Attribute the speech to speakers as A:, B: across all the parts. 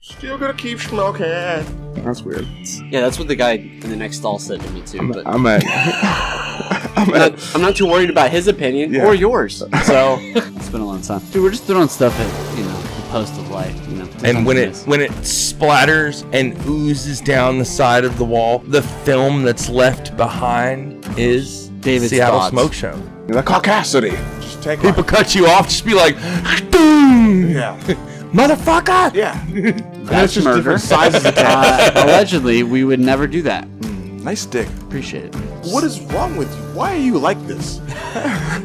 A: Still gonna keep smoking.
B: That's weird.
C: Yeah, that's what the guy in the next stall said to me too.
B: I'm,
C: but
B: I'm at. I'm
C: I'm
B: at.
C: not, I'm not too worried about his opinion
B: Yeah.
C: or yours. So it's been a long time, dude. We're just throwing stuff at you know the post of life, you know.
D: And when it
C: Sometimes.
D: when it splatters and oozes down the side of the wall, the film that's left behind is
C: David's
D: Seattle
C: thoughts.
D: Smoke Show.
B: The caucasity. Just take
D: People
B: one.
D: cut you off, just be like, boom,
B: Yeah.
D: motherfucker.
B: Yeah.
C: that's
B: just
C: murder.
B: different sizes of
C: uh, allegedly, we would never do that.
B: Nice dick.
C: Appreciate it.
B: What is wrong with you? Why are you like this?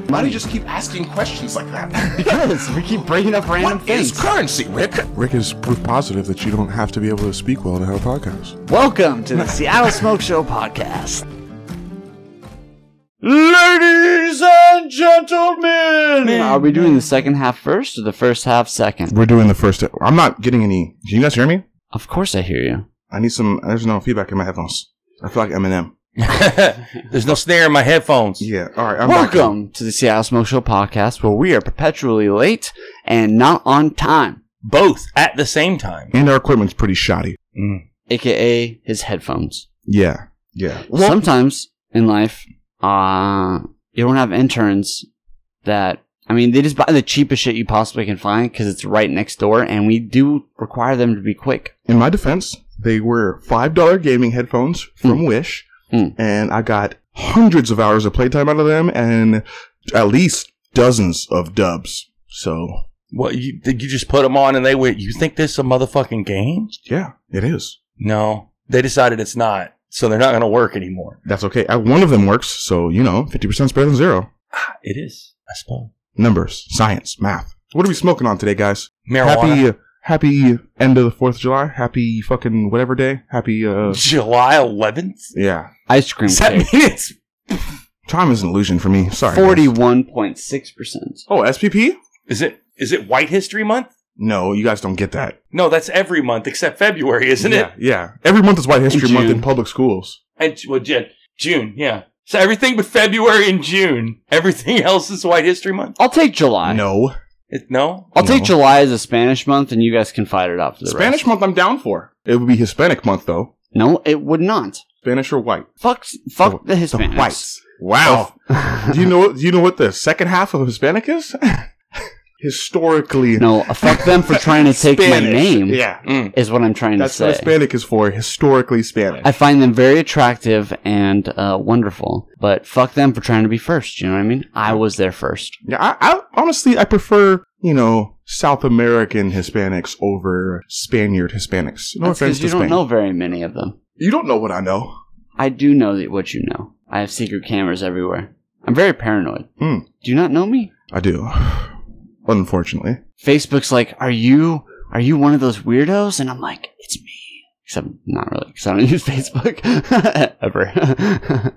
B: Why do you just keep asking questions like that?
C: Because we keep bringing up random
D: What
C: things.
D: is currency, Rick?
A: Rick is proof positive that you don't have to be able to speak well to have a podcast.
C: Welcome to the Seattle Smoke Show podcast.
D: Ladies and gentlemen,
C: Are we doing the second half first or the first half second?
A: We're doing the first. I'm not getting any. Can you guys hear me?
C: Of course, I hear you.
A: I need some. There's no feedback in my headphones. I feel like Eminem.
D: there's no snare in my headphones.
A: Yeah. All right. I'm back.
C: Welcome to the Seattle Smoke Show podcast, where we are perpetually late and not on time,
D: Both at the same time.
A: And our equipment's pretty shoddy.
D: Mm-hmm.
C: aka his headphones.
A: Yeah. Yeah.
C: Sometimes in life, uh, you don't have interns that. I mean, they just buy the cheapest shit you possibly can find because it's right next door, and we do require them to be quick.
A: In my defense, they were five dollar gaming headphones from Wish,
C: Mm.
A: and I got hundreds of hours of playtime out of them, and at least dozens of dubs. So
D: What you did you just put them on and they went? You think this is a motherfucking game?
A: yeah, it is.
D: No, they decided it's not, so they're not going to work anymore.
A: That's okay. Uh, one of them works, so you know, fifty percent is better than zero.
D: Ah, It is, I suppose.
A: Numbers, science, math. What are we smoking on today, guys?
D: Marijuana.
A: Happy, uh, happy end of the Fourth of July. Happy fucking whatever day. Happy uh,
D: July 11th.
A: yeah.
C: Ice cream
D: Does that mean
C: cake,
D: it's
A: Time is an illusion for me. Sorry. guys.
C: forty-one point six percent.
A: Oh, SPP?
D: is it is it White History Month?
A: No, you guys don't get that.
D: No, that's every month except February, isn't
A: yeah,
D: it?
A: Yeah. Every month is White History
C: In
A: Month in
C: June.
A: public schools.
D: And well, June, June, yeah. So everything but February and June, everything else is White History Month.
C: I'll take July.
A: no.
D: It, no,
C: I'll take
A: No.
C: July as a Spanish month, and you guys can fight it out for the
A: Spanish
C: rest.
A: month I'm down for. It would be Hispanic month though.
C: No, it would not.
A: Spanish or white?
C: Fuck, fuck the,
A: The
C: Oh. Hispanics.
A: whites. Wow. do you know do you know what the second half of Hispanic is? Historically
C: no, fuck them for trying to take my
A: Spanish.
C: name.
A: Yeah.
D: Mm.
C: is what I'm trying
A: That's
C: to
A: what
C: say.
A: Hispanic is for. Historically Spanish.
C: I find them very attractive and uh, wonderful, but fuck them for trying to be first. You know what I mean? I was there first.
A: yeah, I, I honestly I prefer, you know, South American Hispanics over Spaniard Hispanics. No offense
C: That's because
A: to
C: you don't
A: Spain.
C: know very many of them.
A: You don't know what I know.
C: I do know that what you know. I have secret cameras everywhere. I'm very paranoid.
A: Hmm.
C: Do you not know me?
A: I do. Unfortunately.
C: Facebook's like, are you are you one of those weirdos? And I'm like, it's me. Except not really, because I don't use Facebook ever.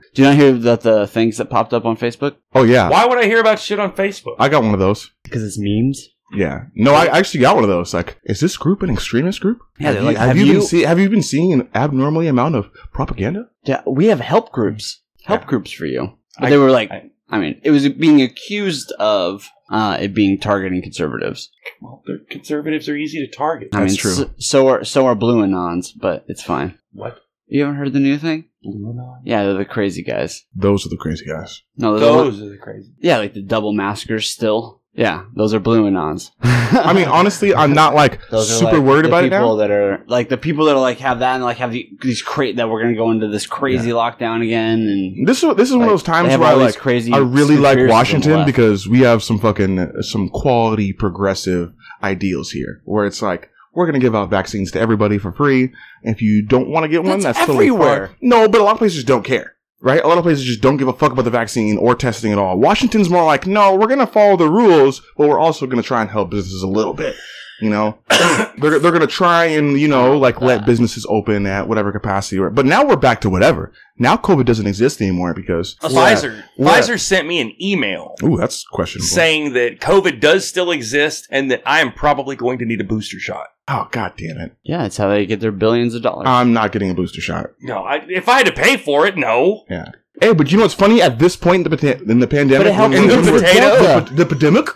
C: do you not hear about the things that popped up on Facebook?
A: Oh yeah.
D: Why would I hear about shit on Facebook?
A: I got one of those.
C: Because it's memes.
A: Yeah. No, I actually got one of those. Like, is this group an extremist group?
C: Yeah, they're
A: Have
C: like,
A: you, have
C: have
A: you,
C: you
A: been see, have you been seeing an abnormally amount of propaganda?
C: Yeah, we have help groups. Help
A: Yeah.
C: groups for you. But
D: I-
C: they were like, I,
D: I-
C: mean, it was being accused of uh, it being targeting conservatives.
D: well, the conservatives are easy to target.
C: I
A: That's
C: mean,
A: true.
C: So, so are so are blue anons, but it's fine.
D: What?
C: You haven't heard the new thing?
D: Blue Anon?
C: Yeah, they're the crazy guys.
A: Those are the crazy guys.
C: No, they're the one-
D: Those are the crazy.
C: yeah, like the double maskers still. Yeah, those are blue anons.
A: I mean, honestly, I'm not like super
C: like,
A: worried
C: the
A: about it now.
C: people that are like the people that are like have that and like have the, these crate that we're gonna go into this crazy lockdown again and
A: This is this is one
C: like,
A: of those
C: they
A: times
C: have
A: where I
C: all these
A: like
C: crazy
A: I really like
C: conspiracies on the
A: Washington
C: left.
A: because we have some fucking some quality progressive ideals here, where it's like we're gonna give out vaccines to everybody for free. If you don't want to get one,
C: That's
A: that's totally fine.
C: everywhere.
A: No, but a lot of places don't care. Right? A lot of places just don't give a fuck about the vaccine or testing at all. Washington's more like, no, we're gonna follow the rules, but we're also gonna try and help businesses a little bit. You know, they're they're gonna try and you know like let businesses open at whatever capacity. Or, but now we're back to whatever. Now COVID doesn't exist anymore because
D: Pfizer.
A: What?
D: Pfizer sent me an email
A: Ooh, that's questionable.
D: saying that COVID does still exist and that I am probably going to need a booster shot.
A: oh god damn it!
C: yeah, it's how they get their billions of dollars.
A: I'm not getting a booster shot.
D: No, I, if I had to pay for it, no.
A: Yeah. Hey, but you know what's funny? At this point in the, pata- in the pandemic,
C: But it helped
A: when
D: in the
A: we were-
D: potato.
A: the, the pandemic,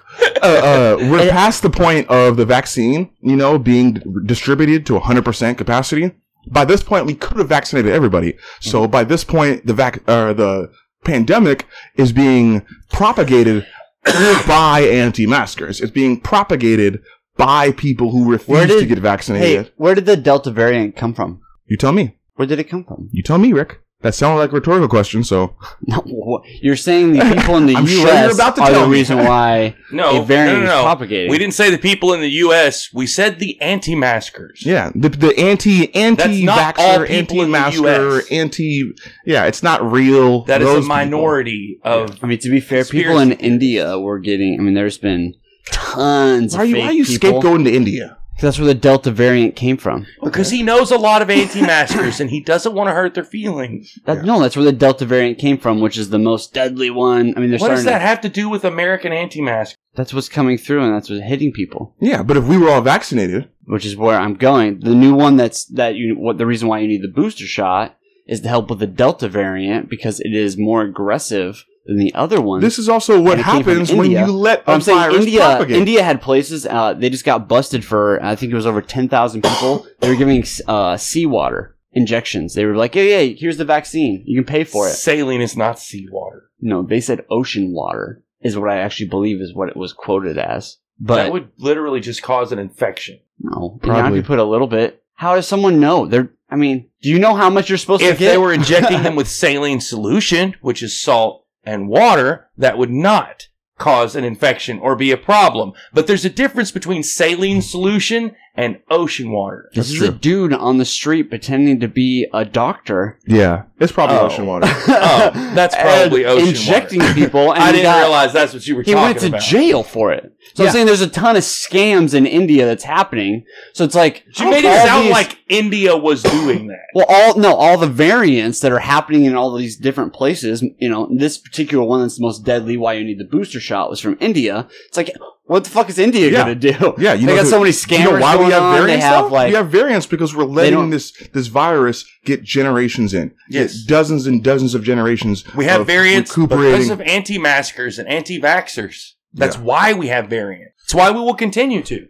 A: uh, uh, we're past the point of the vaccine, you know, being d- distributed to 100% capacity. By this point, we could have vaccinated everybody.
C: Mm-hmm.
A: So by this point, the vac, uh, the pandemic is being propagated by anti-maskers. It's being propagated by people who refuse to
C: did-
A: get vaccinated.
C: Hey, where did the Delta variant come from?
A: You tell me.
C: Where did it come from?
A: You tell me, Rick. That sounded like a rhetorical question, so.
C: No, wha- you're saying the people in the
A: I'm
C: U.S.
A: sure you're about to
C: are
A: tell
C: the
A: me.
C: reason why
D: No,
C: a variant
D: no, no,
C: is
D: no.
C: propagating.
D: We didn't say the people in the U.S. We said the anti-maskers.
A: Yeah, the the anti anti
D: not all
A: vaxxer,
D: people
A: anti
D: in the
A: masker,
D: US.
A: anti yeah, it's not real.
D: that is
A: Those
D: a
A: people.
D: minority of.
C: I mean, to be fair, people in India were getting. I mean, there's been tons.
A: Why are
C: of
A: you
C: fake
A: why are you
C: people.
A: scapegoating to India?
C: 'Cause That's where the Delta variant came from.
D: Because he knows a lot of anti-maskers and he doesn't want to hurt their feelings.
C: That, No, that's where the Delta variant came from, which is the most deadly one. I mean, they're
D: what
C: starting.
D: does that
C: to,
D: have to do with American anti-maskers?
C: that's what's coming through, and that's what's hitting people.
A: Yeah, but if we were all vaccinated,
C: which is where I'm going. The new one that's that you what the reason why you need the booster shot is to help with the Delta variant because it is more aggressive than the other one.
A: this is also what
C: And it came from
A: happens when
C: India.
A: you let a
C: But
D: Oh,
C: I'm saying
A: virus
C: India
A: propagate.
C: India had places uh, they just got busted for I think it was over 10,000 people. they were giving uh, seawater injections. They were like, "Yeah, yeah, here's the vaccine. You can pay for it."
D: Saline is not seawater.
C: No, they said ocean water is what I actually believe is what it was quoted as. But
D: that would literally just cause an infection.
C: No,
A: Probably.
C: probably you put a little bit. How does someone know? They're. I mean, do you know how much you're supposed
D: If
C: to get?
D: they were injecting them with saline solution, which is salt and water, that would not cause an infection or be a problem. But there's a difference between saline solution and ocean water.
C: this
A: That's
C: is a
A: true.
C: dude on the street pretending to be a doctor.
A: yeah, it's probably
D: Oh.
A: ocean water.
C: Oh,
D: that's probably ocean
C: injecting people. And
D: I
C: he
D: didn't
C: got-
D: realize that's what you were
C: he
D: talking
C: went to
D: about.
C: jail for it. So
A: Yeah.
C: I'm saying there's a ton of scams in India that's happening. So it's like
D: you made
C: all
D: it sound
C: these-
D: like India was doing that.
C: Well, all no, all the variants that are happening in all these different places. You know, this particular one that's the most deadly. Why you need the booster shot was from India. It's like, what the fuck is India
A: Yeah.
C: gonna do?
A: Yeah, you
C: they
A: know
C: got
A: who-
C: so many
A: Do
C: scammers
A: you know why
C: going
A: we have
C: on.
A: variants?
C: they have
A: though?
C: like
A: we have variants because we're
C: don't-
A: letting this this virus get generations in.
D: Yes.
A: Get dozens and dozens of generations.
D: We have
A: of
D: variants because
A: recuperating.
D: of anti-maskers and anti-vaxxers. That's why we have variants. That's why we will continue to.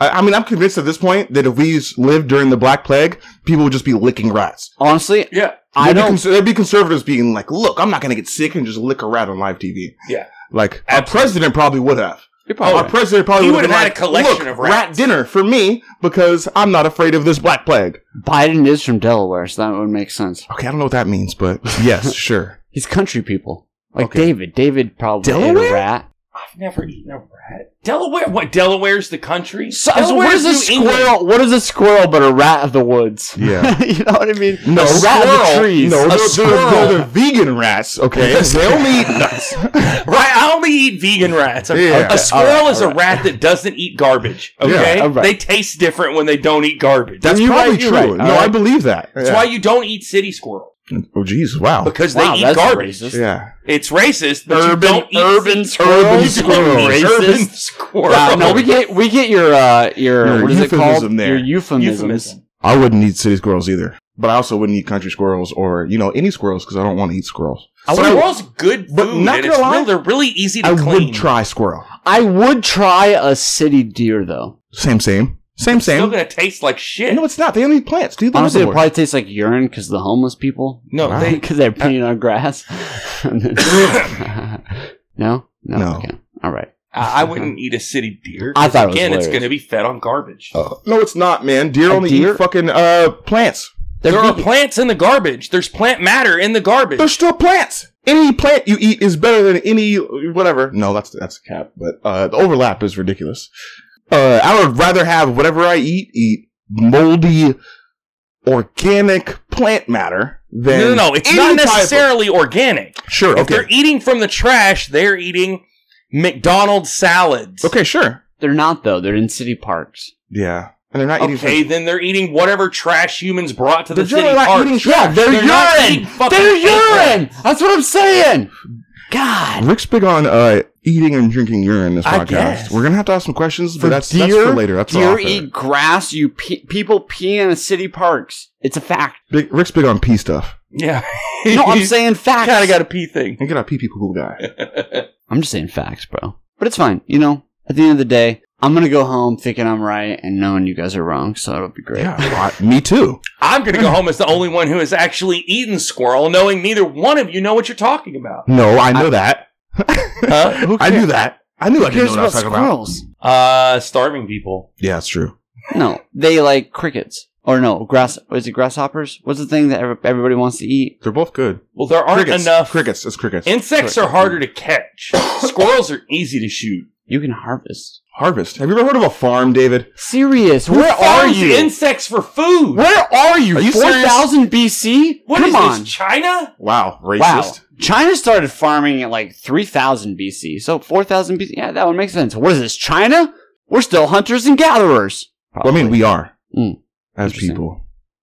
A: I, I mean, I'm convinced at this point that if we lived during the Black Plague, people would just be licking rats.
C: honestly,
D: Yeah.
C: I
A: There'd be,
C: don't.
A: cons- there'd be conservatives being like, "Look, I'm not going to get sick and just lick a rat on live TV."
D: Yeah.
A: like our
D: Absolutely.
A: president probably would have.
D: probably
A: our
D: would.
A: president probably
D: He
A: would have
D: would've
A: been
D: had
A: like,
D: a collection
A: "Look,
D: of rats."
A: Rat dinner for me because I'm not afraid of this black plague.
C: Biden is from Delaware, so that would make sense.
A: Okay, I don't know what that means, but yes, sure.
C: He's country people, like
A: Okay.
C: David. David probably ate
A: Delaware?
C: a rat.
D: I've never eaten a rat. Delaware? What? Delaware's the country?
C: So, so
D: Delaware
C: what is a
D: New
C: squirrel?
D: England.
C: What is a squirrel but a rat of the woods?
A: Yeah.
C: you know what I mean.
A: No,
C: a rat of
A: squirrel-
C: the trees.
A: No,
C: A
A: they're,
C: squirrel.
A: they're, they're the vegan rats. Okay, they only eat nuts.
D: Right, I only eat vegan rats. okay?
A: Yeah.
D: A squirrel
C: all right,
D: is
C: all
D: a
C: right.
D: rat that doesn't eat garbage. Okay,
C: all right.
D: they taste different when they don't eat garbage. That's,
A: That's
C: You're
A: probably
C: right,
A: true.
C: you're right, all
A: no, I
C: right.
A: believe that. Yeah.
D: why you don't eat city squirrel
A: oh, jeez, wow.
D: because
C: Wow,
D: they eat
C: that's
D: garbage.
C: racist.
A: Yeah,
D: It's racist, but
C: Urban-
D: you don't eat
C: urban
D: city-
C: squirrels?
D: urban squirrel.
C: Racist.
D: Urban squirrel.
C: Wow, no, we get we get your uh your,
A: Your
C: what is it called?
A: euphemism there.
C: Your euphemisms.
D: euphemism.
A: I wouldn't eat city squirrels either. But I also wouldn't eat country squirrels or you know any squirrels because I don't want to eat squirrels.
D: Squirrel's good food.
A: but not
D: and
A: gonna
D: it's
A: lie,
D: real- they're really easy to
A: I
D: clean.
A: would try squirrel.
C: I would try a city deer though.
A: Same, same, same,
D: It's still
A: same.
D: gonna taste like shit.
A: No, it's not. They only eat plants, dude. They're
C: Honestly, it
A: herbivores.
C: probably tastes like urine because the homeless people.
D: No,
A: Wow.
D: they
C: because they're peeing on grass. no, no,
A: No.
C: Okay. all right.
D: I I wouldn't eat a city deer.
C: I thought it was
D: Again, it's
C: hilarious.
D: going to be fed on garbage.
A: no, it's not, man. Deer
C: A
A: only
C: deer-
A: eat fucking uh plants.
C: They're
D: there are
C: vegan.
D: plants in the garbage. There's plant matter in the garbage.
A: They're still plants. Any plant you eat is better than any whatever. No, that's that's a cap. But uh, the overlap is ridiculous. Uh, I would rather have whatever I eat eat moldy organic plant matter
D: no,
A: than
D: no, no. It's
A: any
D: not
A: type of-
D: necessarily organic.
A: sure.
D: If they're
A: Okay.
D: eating from the trash, they're eating McDonald's salads.
A: Okay. Sure.
C: They're not though. They're in city parks.
A: Yeah. And they're not eating.
D: Okay, then they're eating whatever trash humans brought to the
A: They're
D: city
A: generally not
D: park.
A: eating trash.
C: They're,
D: They're not eating
C: urine.
D: fucking
C: They're
D: paper.
C: urine. That's what I'm saying. God.
A: Rick's big on uh, eating and drinking urine this
D: I
A: podcast.
D: guess.
A: We're gonna have to ask some questions, but
C: For
A: that's, that's for later. That's
C: deer
A: all.
C: eat grass. You pe- people pee in city parks. It's a fact.
A: Big, Rick's big on pee stuff.
D: Yeah.
C: No, I'm saying facts.
D: kind of got a pee thing.
A: And get a pee pee poo poo guy.
C: I'm just saying facts, bro. But it's fine. You know, at the end of the day, I'm going to go home thinking I'm right and knowing you guys are wrong. So it'll be great.
A: Yeah, right. me too.
D: I'm going to go home as the only one who has actually eaten squirrel, knowing neither one of you know what you're talking about.
A: No, I know that.
D: Huh?
A: I knew that. I knew I didn't know what I was talking about.
C: squirrels?
D: Uh, starving people.
A: Yeah, it's true.
C: No, they like crickets. Or no, grass. Is it grasshoppers? What's the thing that every- everybody wants to eat?
A: They're both good.
D: Well, there aren't
A: crickets.
D: enough.
A: Crickets. It's crickets.
D: Insects are harder to catch. Squirrels are easy to shoot.
C: You can harvest.
A: Harvest. Have you ever heard of a farm, David?
C: Serious?
A: Who
C: Where are
D: Farms
C: you?
D: Insects for food. What is
C: Where are you?
A: Are you
C: Four
A: serious?
C: thousand BC? Come on.
D: this, China?
A: Wow, racist.
C: Wow. China started farming at like 3000 BC. So 4000 BC. Yeah, that would make sense. What is this, China? We're still hunters and gatherers.
A: Well, I mean, we are
C: Mm.
A: as
C: Interesting.
A: people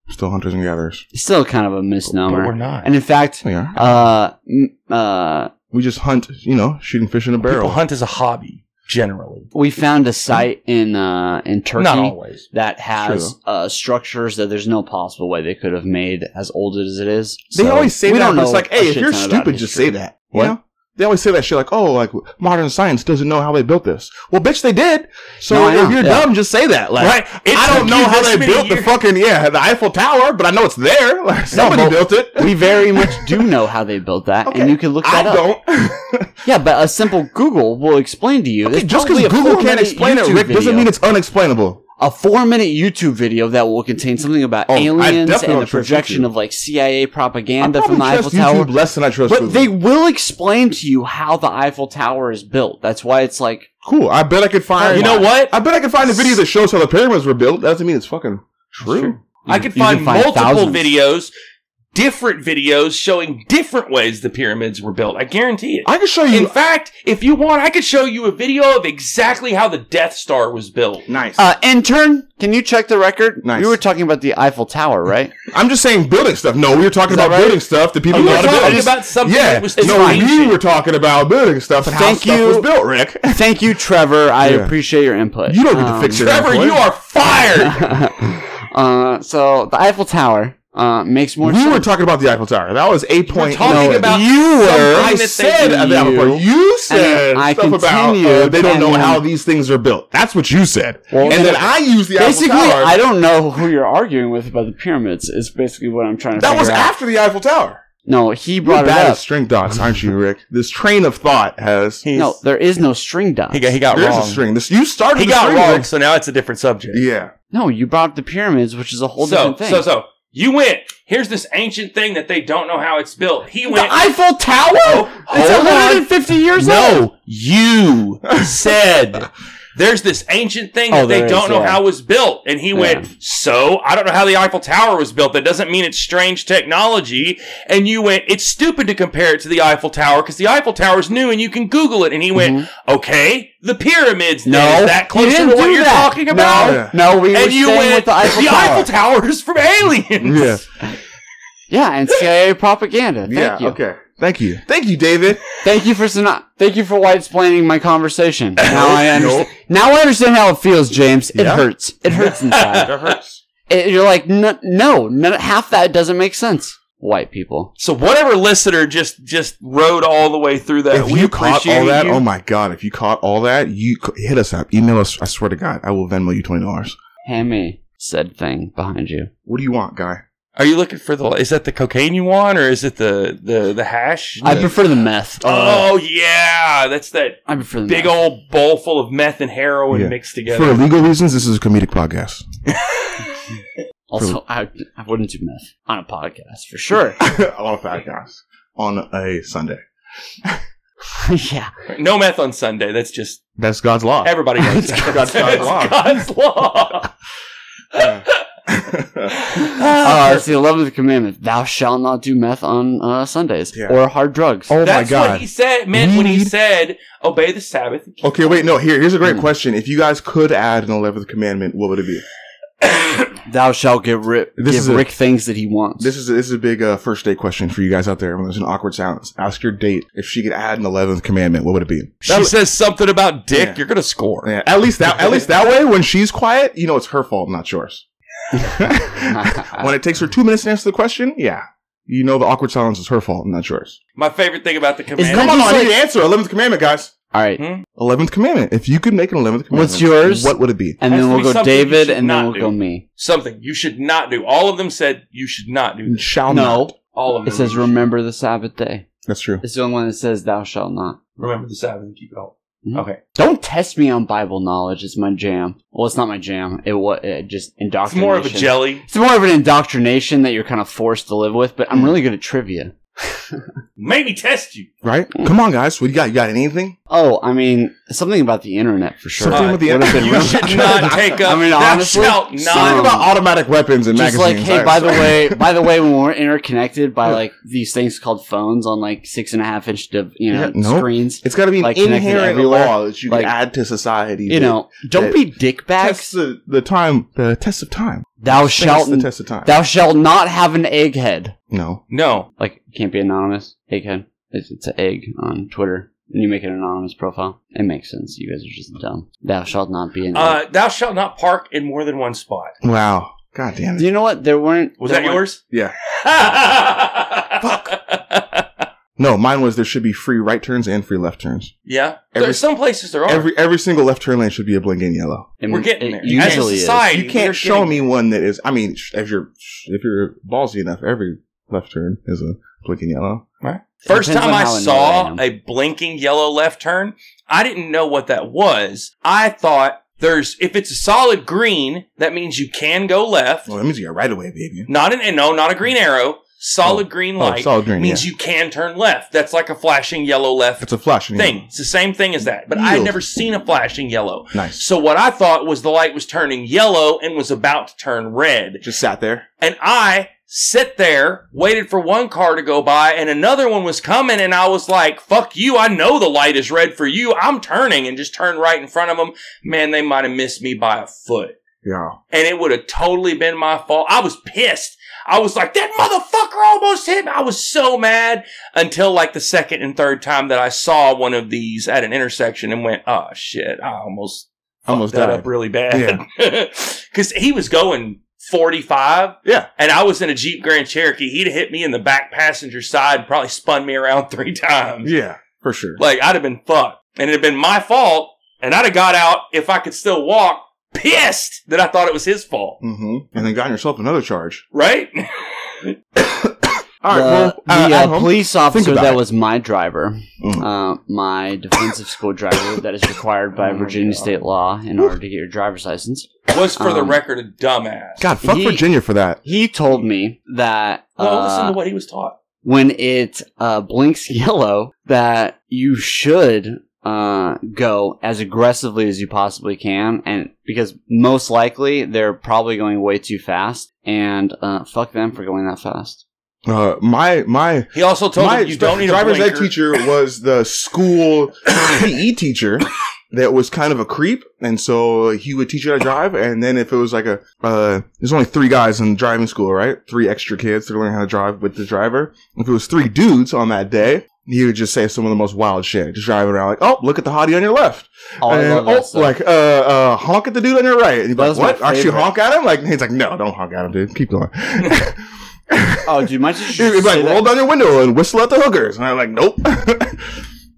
A: still hunters and gatherers.
C: It's still kind of a
D: But we're
C: misnomer.
D: not.
C: And in fact,
A: We are.
C: uh, m- uh,
A: We just hunt. You know, shooting fish in a barrel.
D: People hunt as a hobby, generally.
C: we found a site in uh, in Turkey
D: Not always.
C: that has
A: True.
C: uh, structures that there's no possible way they could have made as old as it is.
A: They
C: So
A: always say
C: we
A: that.
C: don't
A: but it's
C: know
A: like,
C: a
A: hey, if
C: shit
A: you're
C: ton about
A: stupid, just
C: history.
A: say that. You
C: What?
A: know? They always say that shit like, oh, like modern science doesn't know how they built this. Well, bitch, they did. So
C: No, I
A: if
C: know,
A: you're
C: yeah.
A: dumb, just say that. Like,
D: Right. It
A: I
D: took
A: don't know
D: you
A: how
D: this
A: they
D: many
A: built the
D: years-
A: fucking yeah the Eiffel Tower, but I know it's there. Like, somebody
C: but-
A: built it.
C: We very much do know how they built that,
A: Okay.
C: and you can look
A: I
C: that up.
A: don't.
C: Yeah, but a simple Google will explain to you. It's
A: Just
C: probably
A: because
C: a
A: Google can't
C: four-minute
A: explain it,
C: YouTube
A: Rick, doesn't
C: video.
A: mean it's unexplainable.
C: a four-minute YouTube video that will contain something about
A: Oh, I definitely
C: aliens and the
A: don't trust
C: projection
A: YouTube.
C: of like CIA
A: I
C: propaganda
A: probably
C: from the Eiffel
A: trust
C: Tower.
A: YouTube less than I trust
C: But
A: Google.
C: they will explain to you how the Eiffel Tower is built. That's why it's like
A: cool. I bet I could find.
D: You know what?
A: I bet I could find a video that shows how the pyramids were built. That doesn't mean it's fucking true.
D: I
C: you-
D: could
C: you can
D: find, multiple
C: thousands.
D: videos, different videos showing different ways the pyramids were built. I guarantee it.
A: I could show
D: In
A: you.
D: fact, if you want, I could show you a video of exactly how the Death Star was built.
A: Nice.
C: Uh, intern, can you check the record?
A: Nice.
C: You were talking about the Eiffel Tower, right?
A: I'm just saying building stuff. No, we were talking
C: Is that
A: about
C: right? Oh,
A: building stuff that people
D: We were
A: want to
D: talking
A: build.
D: about something
A: yeah,
D: that was too
A: no, we
D: ancient.
A: were talking about building stuff and
C: Thank
A: how stuff
C: you.
A: was built, Rick.
C: Thank you, Trevor. I
A: Yeah.
C: appreciate your input. Um,
A: You don't get to fix it.
D: Trevor, you are fired.
C: uh, so the Eiffel Tower uh, makes more
A: we
C: sense.
A: were talking about the Eiffel Tower. That was eight point.
D: talking
A: no,
D: about
A: you were.
D: something
A: I
D: that they
A: said
D: do.
A: the Eiffel Tower. You said
C: then I
A: stuff about uh,
C: continued,
A: they don't know
C: and
A: how
C: then-
A: these things are built. That's what you said.
C: Well,
A: and then I used the Eiffel
C: basically,
A: Tower.
C: I don't know who you're arguing with about the pyramids. Is basically what I'm trying to.
A: that
C: figure
A: was
C: out.
A: after the Eiffel Tower.
C: No, he
A: You're
C: brought it
A: bad
C: up.
A: at string dots, aren't you, Rick? This train of thought has.
C: No, there is no string dots.
D: got
A: There's a string. This you started.
D: He
A: the
D: got
A: string,
D: wrong,
A: Rick.
D: so now it's a different subject.
A: Yeah.
C: no, you brought up the pyramids, which is a whole
D: so,
C: different thing.
D: so, so, you went. Here's this ancient thing that they don't know how it's built. He
C: the
D: went.
C: Eiffel Tower? it's
D: Oh, hold on.
C: 150 years old.
D: No, you said there's this ancient thing
C: Oh,
D: that they
C: there
D: don't
C: is,
D: know
C: yeah.
D: how was built. And he
C: Yeah.
D: went, So I don't know how the Eiffel Tower was built. That doesn't mean it's strange technology. And you went, It's stupid to compare it to the Eiffel Tower because the Eiffel Tower's new and you can Google it. And he went, Okay, the pyramids. then,
C: Mm-hmm. No,
D: is that
C: you
D: close to
C: didn't
D: what
C: do
D: you're
C: that.
D: talking about?
A: Yeah.
C: No, we were
D: And you
C: staying
D: went,
C: with the Eiffel Tower.
D: Tower is from aliens.
A: Yeah.
C: yeah, and CIA propaganda. Thank
A: yeah.
C: you.
A: Okay. Thank you. Thank you, David.
C: Thank you for sna- thank you for white explaining my conversation. Now I understand.
A: Nope.
C: Now I understand how it feels, James. It
A: Yeah.
C: hurts. It hurts inside.
A: That hurts.
C: It- you're like, no, no, no, half that doesn't make sense. White people.
D: So whatever listener just just rode all the way through that,
A: If
D: we
A: you caught
D: appreciate
A: all that,
D: you.
A: oh my god! If you caught all that, you c- hit us up, email us. I swear to God, I will Venmo you twenty dollars.
C: Hammy said thing behind you.
A: What do you want, guy?
D: Are you looking for the? Is that the cocaine you want, or is it the the the hash?
C: I uh, prefer the meth. Uh,
D: oh yeah, that's that
C: I prefer the
D: big
C: meth.
D: old bowl full of meth and heroin
A: Yeah.
D: mixed
A: For
D: together.
A: legal reasons, this is a comedic podcast.
C: Also, I, I wouldn't do meth on a podcast for sure.
A: on a podcast on a Sunday.
C: yeah.
D: no meth on Sunday. That's just
A: That's God's law.
D: everybody
A: It's
D: knows. that.
A: God's- God's
D: It's
A: law.
D: God's law. Oh
C: Uh, it's the eleventh commandment: Thou shalt not do meth on uh, Sundays
A: Yeah.
C: or hard drugs.
A: oh my
D: That's what
A: God.
D: he said. Meant
A: We
D: when he
A: need-
D: said, "Obey the Sabbath." and keep
A: Okay, wait, no. Here, here's a great
C: Hmm.
A: question. If you guys could add an eleventh commandment, what would it be?
C: Thou shalt give Rick
A: This
C: give
A: is a-
C: Rick things that he wants.
A: This is a, this is a big uh, first date question for you guys out there. When there's an awkward silence, ask your date if she could add an eleventh commandment. What would it be?
D: She says something about dick,
A: Yeah.
D: you're gonna score.
A: Yeah, at least that at least that way, when she's quiet, you know it's her fault, not yours. when it takes her two minutes to answer the question, yeah, you know the awkward silence is her fault, not yours.
D: My favorite thing about the command.
A: Come
C: that-
A: on,
C: He's
A: I
C: like-
A: need an answer. 11th commandment, guys.
C: All right.
D: Hmm?
A: 11th commandment. If you could make an 11th commandment,
C: What's yours?
A: What would it be?
C: And
D: Has
C: then
D: to
C: we'll
D: be
C: go
D: something you
C: David,
D: should
C: and then
D: not
C: we'll
D: do.
C: go me.
D: Something you should not do. All of them said you should not do this.
A: Shall
C: No,
A: not.
D: All of
C: it
D: them.
C: says remember the Sabbath day.
A: That's true.
C: It's the only one that says thou shalt not.
D: remember the Sabbath and keep it all.
C: Hmm?
D: Okay.
C: Don't test me on Bible knowledge. It's my jam. Well, it's not my jam. It was it just
D: It's
C: indoctrination.
D: more of a jelly.
C: It's more of an indoctrination that you're kind of forced to live with. But
A: Hmm.
C: I'm really good at trivia.
D: Made me test you.
A: Right? Come on, guys. What do you got? You got anything?
C: Oh, I mean something about the internet for sure.
A: Something
D: Uh,
A: with the
C: what if it-
A: internet.
D: You should not take up.
C: I mean,
D: thou
C: honestly,
D: shalt
A: Something
D: not.
A: about automatic weapons and
C: Um, just like
A: magazines.
C: hey
A: Sorry,
C: by the
A: sorry.
C: way by the way when we're interconnected by like these things called phones on like six and a half inch div- you know
A: Yeah, nope.
C: screens
A: it's got to be an
C: like, connected
A: inherent
C: everywhere.
A: law that you
C: Like,
A: can add to society.
C: you know don't be
A: test
C: dickbags
A: the, the time, the test of time.
C: thou
A: Stands
C: shalt
A: the test of time.
C: thou shalt not have an egghead
A: no,
D: No.
C: like it can't be anonymous egghead it's, it's an egg on twitter and you make an anonymous profile it makes sense you guys are just dumb thou shalt not be an
D: Uh, thou shalt not park in more than one spot.
A: wow, god damn
C: egg.
A: it.
C: you know what there weren't
D: Was
C: there
D: that
C: weren't-
D: yours?
A: Yeah.
D: Fuck.
A: No, mine was there should be free right turns and free left turns.
D: Yeah.
A: Every-
D: There's some places there are.
A: Every every single left turn lane should be a blinking yellow.
C: it-
D: we're getting
C: it
D: there.
C: usually
D: As a
C: is
D: society,
A: You can't
D: we're
A: show
D: getting-
A: me one that is. I mean, sh- if you're sh- if you're ballsy enough, every left turn is a blinking yellow.
D: First
C: Depends
D: time
C: on
D: I
C: how annoyed I
D: saw
C: am.
D: a blinking yellow left turn, I didn't know what that was. I thought there's if it's a solid green, that means you can go left.
A: Well, that means you're right away, baby.
D: Not an no, not a green arrow. Solid green
A: Oh,
D: light
A: solid green. Yeah.
D: means you can turn left. That's like a flashing yellow left
A: It's a flash. and
D: thing.
A: yellow.
D: It's the same thing as that. But I had
A: Yield.
D: never seen a flashing yellow.
A: Nice.
D: So what I thought was the light was turning yellow and was about to turn red.
A: Just sat there.
D: And I sit there, waited for one car to go by, and another one was coming. And I was like, fuck you. I know the light is red for you. I'm turning and just turned right in front of them. Man, they might have missed me by a foot.
A: Yeah.
D: And it would have totally been my fault. I was pissed. I was like, that motherfucker almost hit me. I was so mad until like the second and third time that I saw one of these at an intersection and went, oh shit, I almost
A: Almost
D: that
A: died.
D: up really bad. Because he was going 45.
A: Yeah.
D: And I was in a Jeep Grand Cherokee. He'd have hit me in the back passenger side and probably spun me around three times.
A: Yeah, for sure.
D: Like, I'd have been fucked. And it'd have been my fault. And I'd have got out, if I could still walk, pissed that I thought it was his fault.
A: hmm And then gotten yourself another charge.
D: Right?
A: All right.
C: the,
A: well, uh,
C: the,
A: at
C: uh,
A: home-
C: police officer
A: about
C: that
A: it.
C: was my driver,
A: Mm.
C: uh, my defensive school driver that is required by
D: Oh my
C: Virginia
D: God.
C: state law in order to get your driver's license.
D: Was, for the
C: Um,
D: record, a dumbass.
A: God, fuck
C: He-
A: Virginia for that.
C: He told me that
D: Well,
C: uh,
D: listen to what he was taught.
C: when it uh, blinks yellow, that you should uh, go as aggressively as you possibly can, and because most likely they're probably going way too fast, and uh, fuck them for going that fast.
A: Uh, my my
D: He also told
A: my
D: him you don't need a
A: driver's ed
D: blinker.
A: teacher was the school PE teacher that was kind of a creep, and so he would teach you how to drive. And then if it was like a uh, there's only three guys in driving school, right? Three extra kids to learn how to drive with the driver. If it was three dudes on that day. He would just say some of the most wild shit, just driving around like, "Oh, look at the hottie on your left,"
C: Oh, I
A: And,
C: love that stuff.
A: like uh, uh, honk at the dude on your right. And he's
C: That
A: like,
C: was my
A: "What? Actually,
C: favorite.
A: honk at him?" Like he's like, "No, don't honk at him, dude. Keep going."
C: oh, dude, my teacher
A: It'd be
C: used to say
A: like
C: that-
A: roll down your window and whistle at the hookers, and I'm like, nope.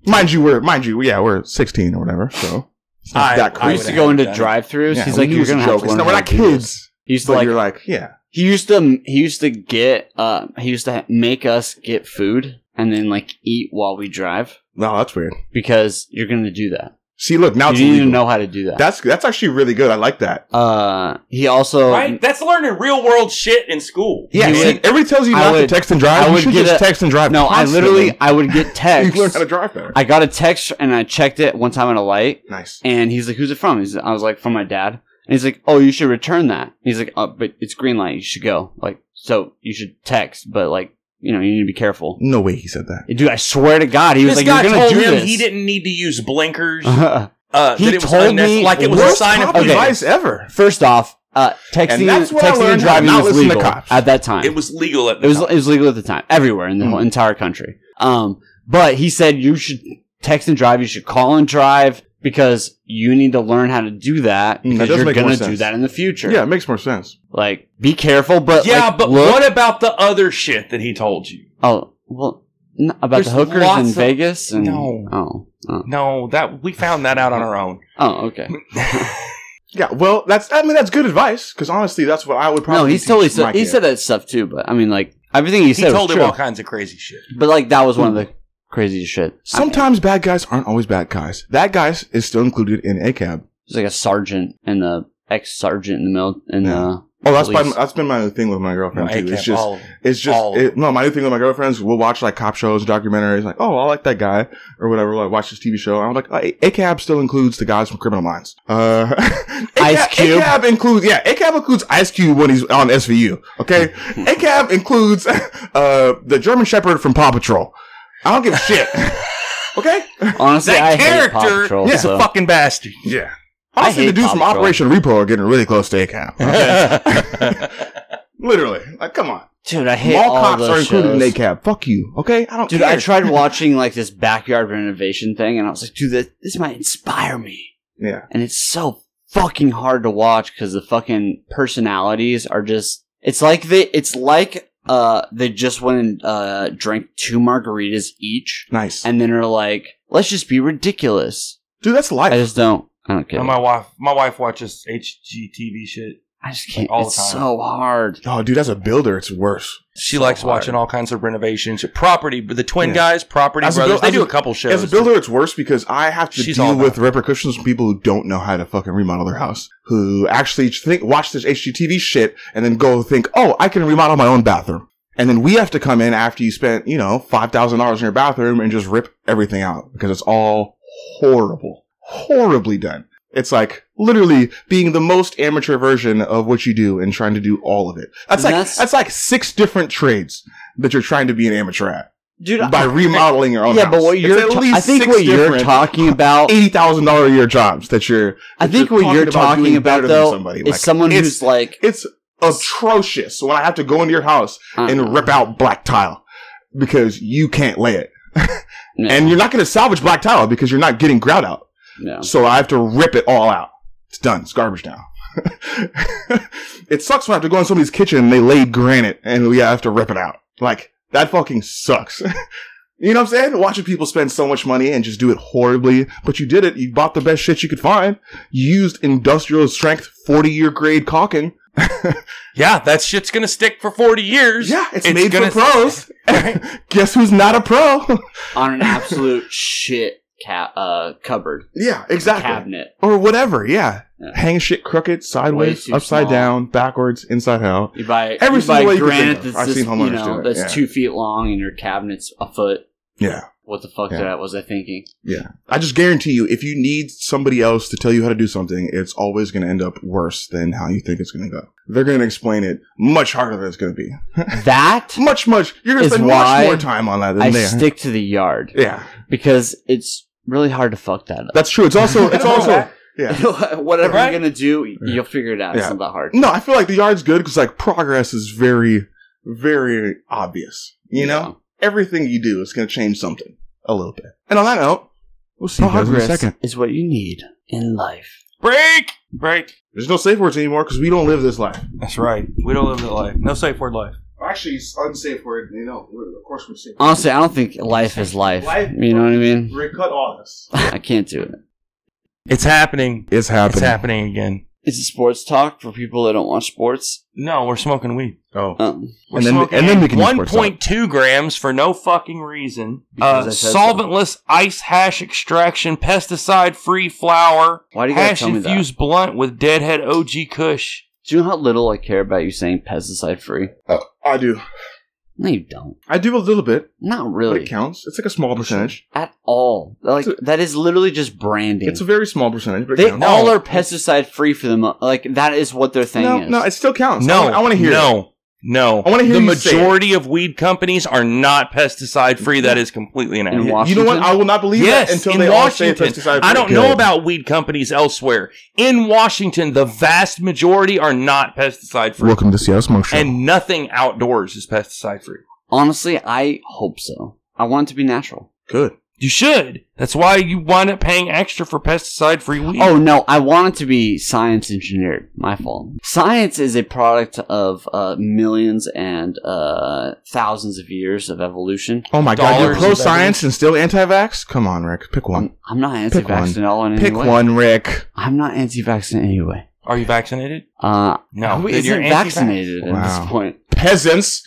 A: mind you, we're mind you, yeah, we're 16 or whatever, so it's not
D: I-
A: that
C: I
D: I
A: crazy.
C: used to
D: would've
C: go
D: had
C: into
D: done it.
C: drive-throughs.
A: Yeah,
C: He's
A: we
C: like,
A: knew it
C: you're
A: was a
C: gonna have
A: joke.
C: to
A: It's
C: learn
A: not-
C: how
A: we're
C: to
A: not
C: do this."
A: kids,
C: He used to
A: but
C: like
A: you're like, yeah,
C: he used to he used to get uh he used to make us get food and then like eat while we drive
A: no, that's weird.
C: because you're gonna do that.
A: See, look, now
C: you
A: it's
C: didn't
A: illegal.
C: even know how to do that.
A: That's that's actually really good. I like that.
C: uh, he also
D: Right? That's learning real world shit in school.
A: Yeah,
C: You
A: see,
C: would-
A: everybody tells you
C: I
A: not
C: would-
A: to text and drive.
C: I
A: you
C: would
A: should
C: get
A: just
C: a-
A: text and drive.
C: no, I literally
A: constantly.
C: I would get
A: you learn
C: texts.
A: how to drive better.
C: I got a text and I checked it one time at a light,
A: nice.
C: and he's like, "Who's it from?" He's, I was like, "From my dad." And he's like, "Oh, you should return that." And he's like, oh, "But it's green light. You should go. Like, so you should text, but like, you know, you need to be careful."
A: No way he said that.
C: Dude, I swear to God, he was
D: this
C: like,
D: guy
C: "You're gonna
D: told
C: do
D: him
C: this."
D: he didn't need to use blinkers.
C: didn't.
D: Uh,
C: He
D: that it was
C: told
D: unnec-
C: me
D: like it was a
A: Worst
D: sign of
A: cop
C: Okay.
A: advice ever.
C: First off, uh, texting,
A: And that's when I
C: texting and
A: learned how to
C: driving
A: not
C: was
A: listen to
C: legal
A: cops.
C: at that time.
D: It was legal at the
C: it was
D: time.
C: it was legal at the time everywhere in the
A: Mm.
D: Hmm.
C: whole entire country. Um, but he said you should text and drive. You should call and drive. because you need to learn how to do that
D: Hmm.
A: Mm, that
C: because
A: does
C: you're
A: make more
C: gonna do
A: sense.
C: that in the future.
A: Yeah, it makes more sense.
C: like be careful, but uh,
D: yeah,
C: like,
D: but
C: look-
D: what about the other shit that he told you?
C: Oh well, n about the
D: There's
C: hookers
D: lots
C: in
D: of-
C: Vegas. And,
D: No.
C: Oh. Oh.
D: No, that we found that out on our own.
C: Oh. Okay.
A: Yeah, well, that's I mean that's good advice because honestly, that's what I would probably.
C: no, he's
A: teach
C: totally.
A: my
C: So, he
A: kid.
C: said that stuff too, but I mean, like everything he
D: He
C: said
D: told
C: was
D: him
C: true.
D: all kinds of Hmm. crazy shit.
C: But like that was one of the craziest shit. I mean,
A: Sometimes bad guys aren't always bad guys. That guy is still included in ACAB.
C: there's like a sergeant and the ex sergeant in the mil- in
A: Yeah.
C: the
A: Oh, that's
C: Police.
A: been, that's been my new thing with my girlfriend
D: No,
A: too.
D: ACAB,
A: It's just
D: all of them.
A: it's just
D: all of
A: it, no. My new thing with my girlfriends, we'll watch like cop shows, documentaries, like oh I like that guy or whatever. Like watch this TV show. I'm like oh, ACAB still includes the guys from Criminal Minds. Uh,
C: Ice
A: ACAB
C: Cube.
A: ACAB includes yeah. ACAB includes Ice Cube when he's on SVU. Okay, ACAB includes uh the German Shepherd from Paw Patrol. I don't give a shit. okay.
C: honestly
D: That
C: I hate Paw
D: character
C: Patrol,
D: is
C: so-
D: a fucking bastard.
A: Yeah.
C: I
A: Honestly, the
C: hate
A: dudes
C: Paw
A: from
C: Patrol.
A: Operation Repo are getting really close to ACAB. Literally, like, come on.
C: dude. I hate
A: Mall
C: all
A: cops
C: those
A: are included
C: shows.
A: in ACAB. Fuck you. Okay, I don't
C: Dude,
A: care.
C: I tried watching like this backyard renovation thing, and I was like, dude, this, this might inspire me.
A: Yeah.
C: and it's so fucking hard to watch because the fucking personalities are just it's like they it's like uh they just went and uh drank two margaritas each
A: Nice,
C: and then are like let's just be ridiculous
A: dude. That's life.
C: i just don't i don't care
D: And my wife, my wife watches HGTV shit.
C: i just can't
D: all the
C: it's
D: time.
C: so hard
A: Oh, dude, as a builder, it's worse.
D: She
C: So
D: likes
C: hard.
D: watching all kinds of renovations, property. But the twin
A: Yeah.
D: guys, property
A: As a
D: brothers,
A: buil-
D: they
A: as
D: do
A: a-
D: a couple shows.
A: As a builder, it's worse because I have to
D: She's all
A: deal
D: about
A: with
D: it.
A: repercussions from people who don't know how to fucking remodel their house, who actually think watch this HGTV shit and then go think, oh, I can remodel my own bathroom, and then we have to come in after you spent you know five thousand dollars in your bathroom and just rip everything out because it's all horrible, horribly done. It's like literally being the most amateur version of what you do and trying to do all of it. That's
C: And
A: like
C: that's-
A: that's, like six different trades that you're trying to be an amateur at
C: dude
A: by remodeling your own.
C: yeah
A: house.
C: but what
A: It's
C: you're
A: at
C: ta-
A: least
C: i think
A: six
C: what you're
A: different
C: talking about
A: eighty thousand dollar a year jobs that you're.
C: i
A: that
C: think
A: you're
C: what you're talking
A: doing
C: about
A: better than
C: though
A: somebody.
C: is
A: Like,
C: someone
A: it's-
C: who's like
A: It's atrocious when I have to go into your house
C: uh,
A: and rip out black tile because you can't lay it,
C: no,
A: and you're not going to salvage black tile because you're not getting grout out.
C: no.
A: So I have to rip it all out. It's done. It's garbage now. it sucks when I have to go in somebody's kitchen and they laid granite and we have to rip it out. Like, that fucking sucks. you know what I'm saying? Watching people spend so much money and just do it horribly, but you did it. You bought the best shit you could find. You used industrial strength 40 year grade caulking.
D: yeah, that shit's gonna stick for forty years.
A: Yeah, it's,
D: It's
A: made
D: gonna-
A: for pros. Guess who's not a pro?
C: on an absolute shit ca- uh cupboard
A: yeah, exactly.
C: cabinet
A: Or whatever. Yeah.
C: Yeah.
A: Hang shit crooked, sideways,
C: too
A: upside
C: small.
A: down, backwards, inside out.
C: You buy
A: Every
C: you buy
A: single way you can
C: granite
A: think of.
C: that's
A: I've
C: this,
A: seen homeowners
C: you know,
A: do it,
C: that's
A: yeah.
C: two feet long and your cabinet's a foot.
A: Yeah.
C: What the fuck
A: Yeah.
C: that was I thinking?
A: I just guarantee you, if you need somebody else to tell you how to do something, it's always going to end up worse than how you think it's going to go. They're going to explain it much harder than it's going to be.
C: That
A: Much, much. You're going to
C: Is
A: spend
C: why
A: much more time on that than
C: I
A: there.
C: stick to the yard
A: yeah,
C: because it's really hard to fuck that up.
A: that's true. It's also, it's also, yeah.
C: Whatever
D: Right?
C: you're gonna do, you'll figure it out. It's
A: Yeah.
C: not that hard.
A: No, I feel like the yard's good because like progress is very, very obvious. You know, everything you do is going to change something a little bit. And on that note, we'll see you guys in a
C: progress
A: second.
C: is what you need in life.
D: Break, break.
A: There's no safe words anymore because we don't live this life.
D: That's right. We don't live that life. No safe word life.
A: Actually, it's unsafe word. You know, we're- of course we're safe.
C: Honestly, I don't think life is life.
A: Life-
C: you know what I mean?
A: Rick, cut all this.
C: I can't do it.
D: It's happening.
A: It's
D: It's
A: happening.
D: happening again.
C: Is it sports talk for people that don't watch sports?
D: No, we're smoking weed.
A: Oh,
C: Um,
D: We're
A: And then-
D: smoking
A: and then we can use sports
D: 1.2 grams for no fucking reason.
C: Because
D: Uh,
C: I said so.
D: solventless ice hash extraction, pesticide free flour,
C: why do you guys
D: hash
C: tell me that?
D: infused blunt with Deadhead OG Kush.
C: Do you know how little I care about you saying pesticide free?
A: I do.
C: No, you don't.
A: I do a little bit,
C: Not
A: but it
C: really.
A: counts. It's like a small percentage.
C: At all. Like
A: It's
C: that is literally just branding.
A: It's a very small percentage, but it
C: they
A: counts.
C: all are pesticide free for the mo- like that is what their thing
A: no,
C: is.
A: no, it still counts.
D: No,
A: I, want to hear. it.
D: No, no.
A: I wanna hear
D: the
A: you say it.
D: majority of weed companies are not pesticide free. That is completely
C: In
D: inaccurate.
C: Wa-
A: You know what?
C: Washington?
A: I will not believe
D: Yes,
A: that until
D: in
A: they all
D: Washington.
A: say pesticide.
D: I don't know about weed companies elsewhere. In Washington, the vast majority are not pesticide free,
A: Welcome to Seattle Smoke Show.
D: and nothing outdoors is pesticide free.
C: Honestly, I hope so. I want it to be natural.
A: Good.
D: You should. That's why you wind up paying extra for pesticide free weed.
C: Oh no, I wanted to be science engineered. My fault. Science is a product of uh, millions and uh, thousands of years of evolution.
A: Oh my god, you're
D: Dollars
A: pro
D: is better.
A: science and still anti-vax? Come on, Rick, pick one.
C: I'm, I'm not
A: Pick one.
C: anti-vaccine at all in
A: Pick
C: any way.
A: one, Rick.
C: I'm not anti-vaccine anyway.
D: Are you vaccinated?
C: Uh,
D: No.
C: who
D: Then
C: isn't
D: anti-vax.
C: vaccinated at
A: Wow.
C: this point?
A: Peasants,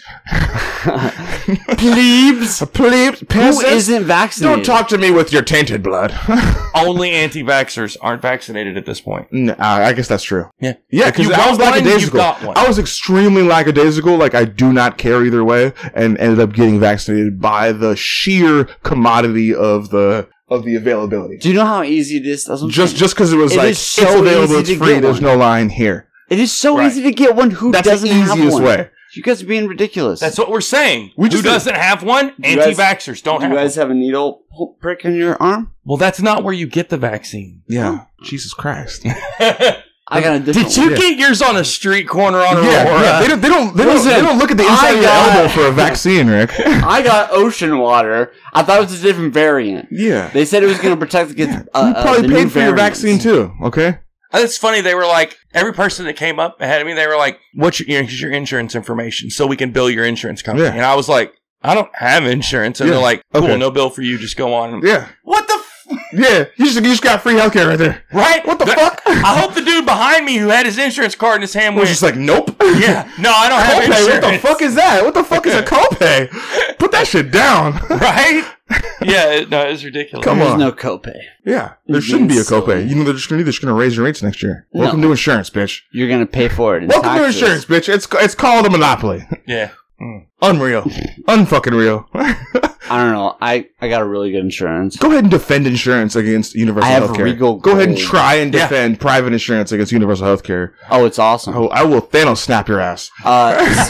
C: Plebes.
A: plebes,
C: Who
A: peasants.
C: isn't vaccinated?
A: Don't talk to me with your tainted blood.
D: Only anti vaxxers aren't vaccinated at this point.
A: no, uh, I I guess that's true.
D: Yeah.
A: Yeah,
D: If you
A: because I
D: got
A: was
D: one,
A: lackadaisical.
D: you've got one.
A: I was extremely lackadaisical. Like I do not care either way, and ended up getting vaccinated by the sheer commodity of the of the availability.
C: Do you know how easy it is? That's what I'm
A: Just
C: saying.
A: just because it was
C: It
A: like
C: is so
A: it's available,
C: easy
A: it's
C: to
A: free.
C: get
A: There's
C: one.
A: no line here.
C: it is so
D: Right.
C: easy to get one who
A: That's
C: doesn't
A: the
C: have
A: easiest
C: one.
A: way.
C: You guys are being ridiculous.
D: That's what we're saying.
A: We
D: Who
A: just-
D: doesn't have one?
C: You
D: Anti
C: guys-
D: vaxxers don't
C: Do
D: have
C: you
D: one.
C: guys have a needle po- prick in your arm?
D: Well, that's not where you get the vaccine.
A: Yeah. Jesus Christ.
C: I got a different
D: Did you
A: Yeah.
D: get yours on a street corner on a
A: Yeah,
D: or
A: yeah,
D: a-
A: They don't. They don't. They don't,
C: uh, Listen,
A: they don't look at the
C: I
A: inside of your
C: got-
A: elbow for a vaccine, Rick.
C: one. I got ocean water. I thought it was a different variant.
A: yeah.
C: They said it was going to protect against. Uh,
A: you probably
C: uh, the new
A: paid for your
C: variants.
A: vaccine too. Okay.
D: Uh, It's funny. They were like, every person that came up ahead of me, they were like, "What's your, here's your insurance information so we can bill your insurance company?"
A: Yeah.
D: And I was like, "I don't have insurance." And
A: Yeah.
D: they're like, "Cool,
A: Okay.
D: no bill for you. Just go on."
A: Yeah.
D: What the f-
A: Yeah. You just, you just got free healthcare right there.
D: right?
A: What the
D: That-
A: fuck? I
D: I hope the dude behind me who had his insurance card in his hand
A: was
D: went,
A: just like, nope.
D: "Yeah, no, I don't have
A: Copay? What
D: insurance."
A: the fuck is that? What the fuck is a copay? Put that shit down.
D: Right? yeah, it- no, it's ridiculous.
A: Come
C: There's
A: on.
C: no copay.
A: yeah. There
C: Yes.
A: shouldn't be a copay. You know they're just gonna they're just gonna raise your rates next year.
C: No.
A: Welcome to insurance, bitch.
C: You're going to pay for it. In
A: Welcome
C: taxes.
A: to insurance, bitch. It's it's called a monopoly.
D: Yeah,
A: Unreal. Unfucking real.
C: I don't know. I, I got a really good insurance.
A: Go ahead and defend insurance against universal
C: I have
A: healthcare.
C: Regal
A: Go ahead and
C: Gold.
A: try and
D: Yeah.
A: defend private insurance against universal healthcare.
C: Oh, it's awesome.
A: Oh, I will Thanos snap your ass.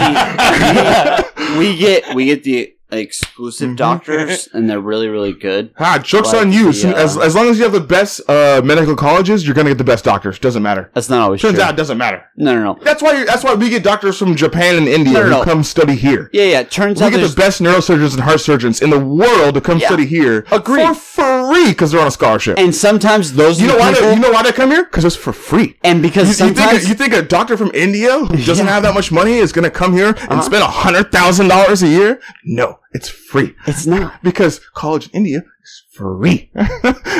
C: Uh, see, we, we get we get the exclusive
A: Mhm.
C: doctors, and they're really really good.
A: Ah, joke's
C: Like
A: on you.
C: the,
A: So-
C: uh,
A: as, as long as you have the best uh, medical colleges, you're gonna get the best doctors. Doesn't matter.
C: That's not always
A: Turns
C: true.
A: out, it doesn't matter.
C: no, no, no.
A: That's why. That's why we get doctors from Japan and India
C: No, no,
A: who
C: no.
A: come study here.
C: Yeah, yeah. Turns
A: we
C: out
A: get
C: there's
A: the best neurosurgeons and heart surgeons in the world to come
C: Yeah.
A: study here
C: Agreed.
A: for free because they're on a scholarship.
C: and sometimes those
A: you
C: are
A: know
C: the
A: why?
C: people,
A: They, you know why they come here? Because it's for free.
C: and because
A: You, you think
C: sometimes
A: a, you think a doctor from India who doesn't
C: Yeah. Uh-huh.
A: have that much money is going to come here and spend a hundred thousand dollars a year? No, it's free
C: it's not.
A: because college in India is free. yeah,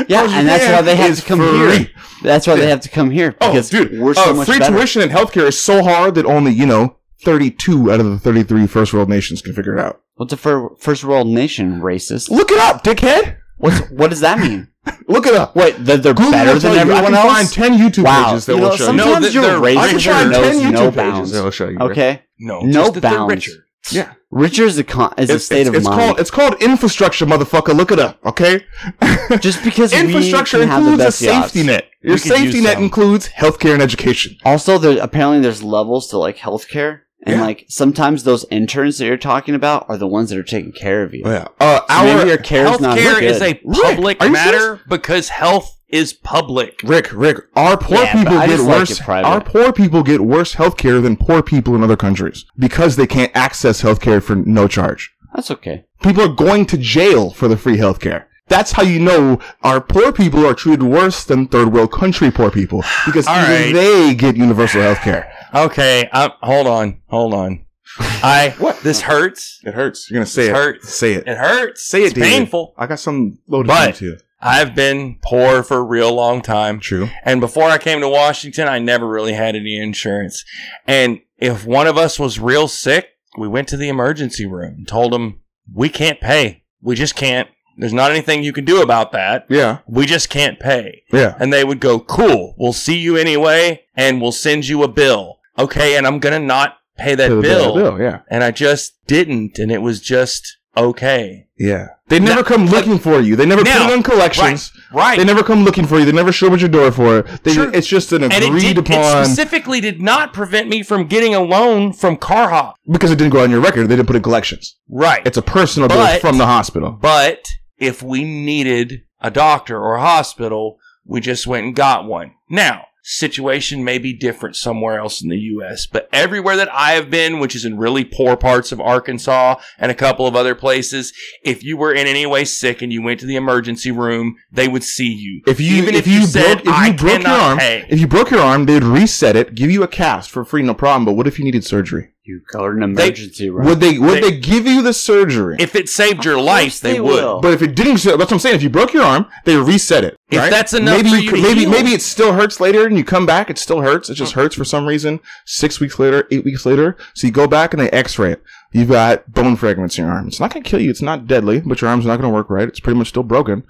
C: Yeah, and that's why they have to come here. That's why they have to come here
A: Oh,
C: because
A: dude,
C: we're so
A: uh,
C: much
A: free
C: better.
A: tuition in healthcare is so hard that only you know thirty-two out of the thirty-three first world nations can figure it out.
C: What's a fir- first world nation racist?
A: Look it up, dickhead.
C: What's what does that mean?
A: Look it up.
C: Wait, that they're
A: Google
C: better
A: will tell
C: than
A: you.
C: everyone
A: I can
C: else?
A: Find ten YouTube
C: wow,
A: pages that
C: you know,
A: will show you.
D: some-
C: sometimes
D: No,
C: your
D: they're-
A: I can
D: they're-
C: racism
A: find
D: there
C: knows
A: ten
C: no
A: YouTube pages
C: bounds.
A: that will show you.
C: Okay,
D: no,
C: No
D: just that they're
C: bounds.
D: richer.
A: Yeah.
C: Richard's a con- is a
A: It's,
C: state
A: it's,
C: of
A: it's
C: mind.
A: called it's called infrastructure, motherfucker. Look it up, okay?
C: Just because we
A: infrastructure
C: can have the
A: includes a
C: best yachts.
A: safety net. Your
D: We could
A: safety
D: use
A: net
D: some.
A: includes healthcare and education.
C: Also, there apparently there's levels to like healthcare, and
A: Yeah.
C: like sometimes those interns that you're talking about are the ones that are taking care of you.
A: Yeah. Uh,
C: So
A: our
C: maybe your care's not
D: Healthcare
C: good.
D: is a public
A: are you
D: matter
A: serious?
D: because health is public.
A: Rick, Rick, our poor
C: Yeah, but
A: people
C: I
A: get
C: just like
A: worse.
C: it private.
A: our poor people get worse healthcare than poor people in other countries because they can't access healthcare for no charge.
C: That's okay.
A: People are going to jail for the free healthcare. That's how you know our poor people are treated worse than third world country poor people because
D: All
A: even
D: right.
A: they get universal healthcare.
D: Okay, i hold on, hold on. I
A: What?
D: This hurts.
A: It hurts. You're gonna say
D: It
A: it.
D: hurts.
A: Say it.
D: It hurts.
A: Say it,
D: It's
A: David.
D: painful.
A: I got some loaded
D: But-
A: into you.
D: I've been poor for a real long time.
A: True.
D: And before I came to Washington, I never really had any insurance. And if one of us was real sick, we went to the emergency room and told them, we can't pay. We just can't. There's not anything you can do about that.
A: Yeah.
D: We just can't pay.
A: Yeah.
D: And they would go, cool, we'll see you anyway, and we'll send you a bill. Okay, and I'm going to not pay that
A: To the
D: bill.
A: bill. Oh, Yeah.
D: And I just didn't, and it was just okay.
A: Yeah. They never come looking for you. They never
D: Now-
A: put it on collections.
D: Right.
A: They never come looking for you. They never show up at your door for it. They,
D: Sure.
A: It's just an
D: and it,
A: agreed
D: did, it
A: upon
D: specifically did not prevent me from getting a loan from Carhop.
A: because it didn't go on your record. They didn't put it in collections.
D: Right.
A: It's a personal bill
D: But-
A: from the hospital.
D: but if we needed a doctor or a hospital, we just went and got one. Now, situation may be different somewhere else in the U.S., but everywhere that I have been, which is in really poor parts of Arkansas and a couple of other places, if you were in any way sick and you went to the emergency room, they would see you.
A: If you
D: Even
A: if,
D: if
A: you,
D: you
A: broke
D: said,
A: if you
D: "I
A: broke your
D: cannot
A: arm,
D: pay."
A: if you broke your arm, they'd reset it, give you a cast for free, no problem. But what if you needed surgery?
C: You go to an emergency room.
A: Would they would they,
D: They-
A: give you the surgery?
D: If it saved your
C: Of course
D: life, they,
C: they
D: would.
C: will.
A: but if it didn't, so that's what I'm saying. If you broke your arm, they reset it.
D: If
A: right?
D: that's enough
A: maybe
D: for you
A: could-
D: to
A: maybe
D: heal.
A: maybe it still hurts later, and you come back, it still hurts. It just hurts for some reason. Six weeks later, eight weeks later, so you go back and they X-ray it. You've got bone fragments in your arm. It's not gonna kill you. It's not deadly, but your arm's not gonna work right. It's pretty much still broken.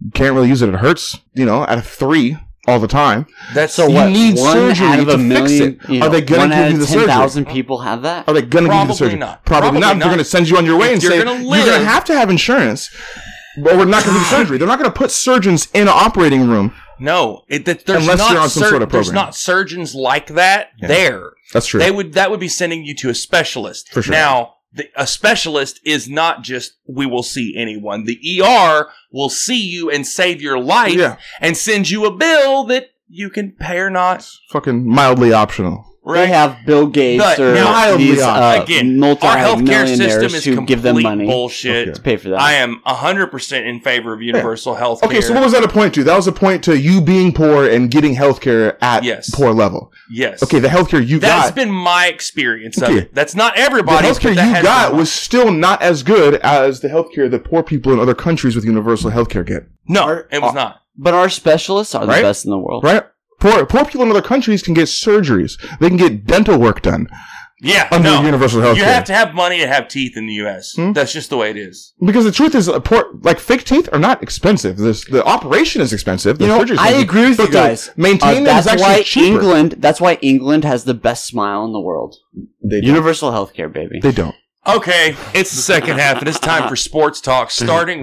A: You can't really use it. It hurts. You know, at a three all the time.
D: That's
A: you
D: what?
A: need
C: one
A: surgery
C: out of a
A: to
C: million.
A: fix it.
C: you
A: Are
C: know,
A: they going
C: one
A: to
C: out
A: give you
C: of
A: the
C: ten
A: surgery? Uh,
C: thousand people have that?
A: Are they going to give you the
D: Probably
A: surgery?
D: not.
A: Probably,
D: Probably
A: not. They're
D: not.
A: going to send you on your way
D: If
A: and
D: you're
A: say
D: gonna
A: you're going
D: live-
A: to have to have insurance, but we're not going to give you surgery. They're not going to put surgeons in an operating room.
D: No, it, that there's
A: Unless
D: not
A: you're on some
D: sur-
A: sort of
D: there's
A: program.
D: not surgeons like that
A: Yeah.
D: there.
A: That's true.
D: They would that would be sending you to a specialist.
A: For sure.
D: Now, the, a specialist is not just we will see anyone. The ER will see you and save your life
A: yeah,
D: and send you a bill that you can pay or not.
A: fucking mildly optional.
C: They have Bill Gates
D: But
C: or
A: now-
C: these uh,
D: Again, Our healthcare system
C: multi-millionaires
D: is
C: who
D: complete
C: give them money
D: bullshit.
A: Okay.
C: to pay for that.
D: I am 100% in favor of universal health care.
A: Okay, so what was that a point to? That was a point to you being poor and getting healthcare at
D: Yes.
A: poor level.
D: yes.
A: Okay, the healthcare you
D: That's
A: got,
D: been my experience of
A: Okay.
D: it. That's not
A: the
D: everybody's. but
A: healthcare
D: that has
A: you got
D: been-
A: was still not as good as the healthcare that poor people in other countries with universal healthcare get.
D: no, it was not.
C: but our specialists are
A: Right?
C: the best in the world.
A: Right? Poor poor people in other countries can get surgeries. They can get dental work done
D: Yeah,
A: under
D: no.
A: universal healthcare.
D: You have to have money to have teeth in the U.S.
A: Hmm?
D: That's just the way it is.
A: Because the truth is, uh, poor, like fake teeth are not expensive. This, the operation is expensive. The
C: You know,
A: surgery's
C: I
A: expensive,
C: agree with
A: but
C: you
A: to
C: guys.
A: Maintain
C: Uh,
A: them is
C: that's
A: actually
C: why
A: cheaper.
C: England. That's why England has the best smile in the world.
A: They don't.
C: Universal healthcare, baby.
A: They don't.
D: Okay, it's the second half, and it's time for sports talk, starting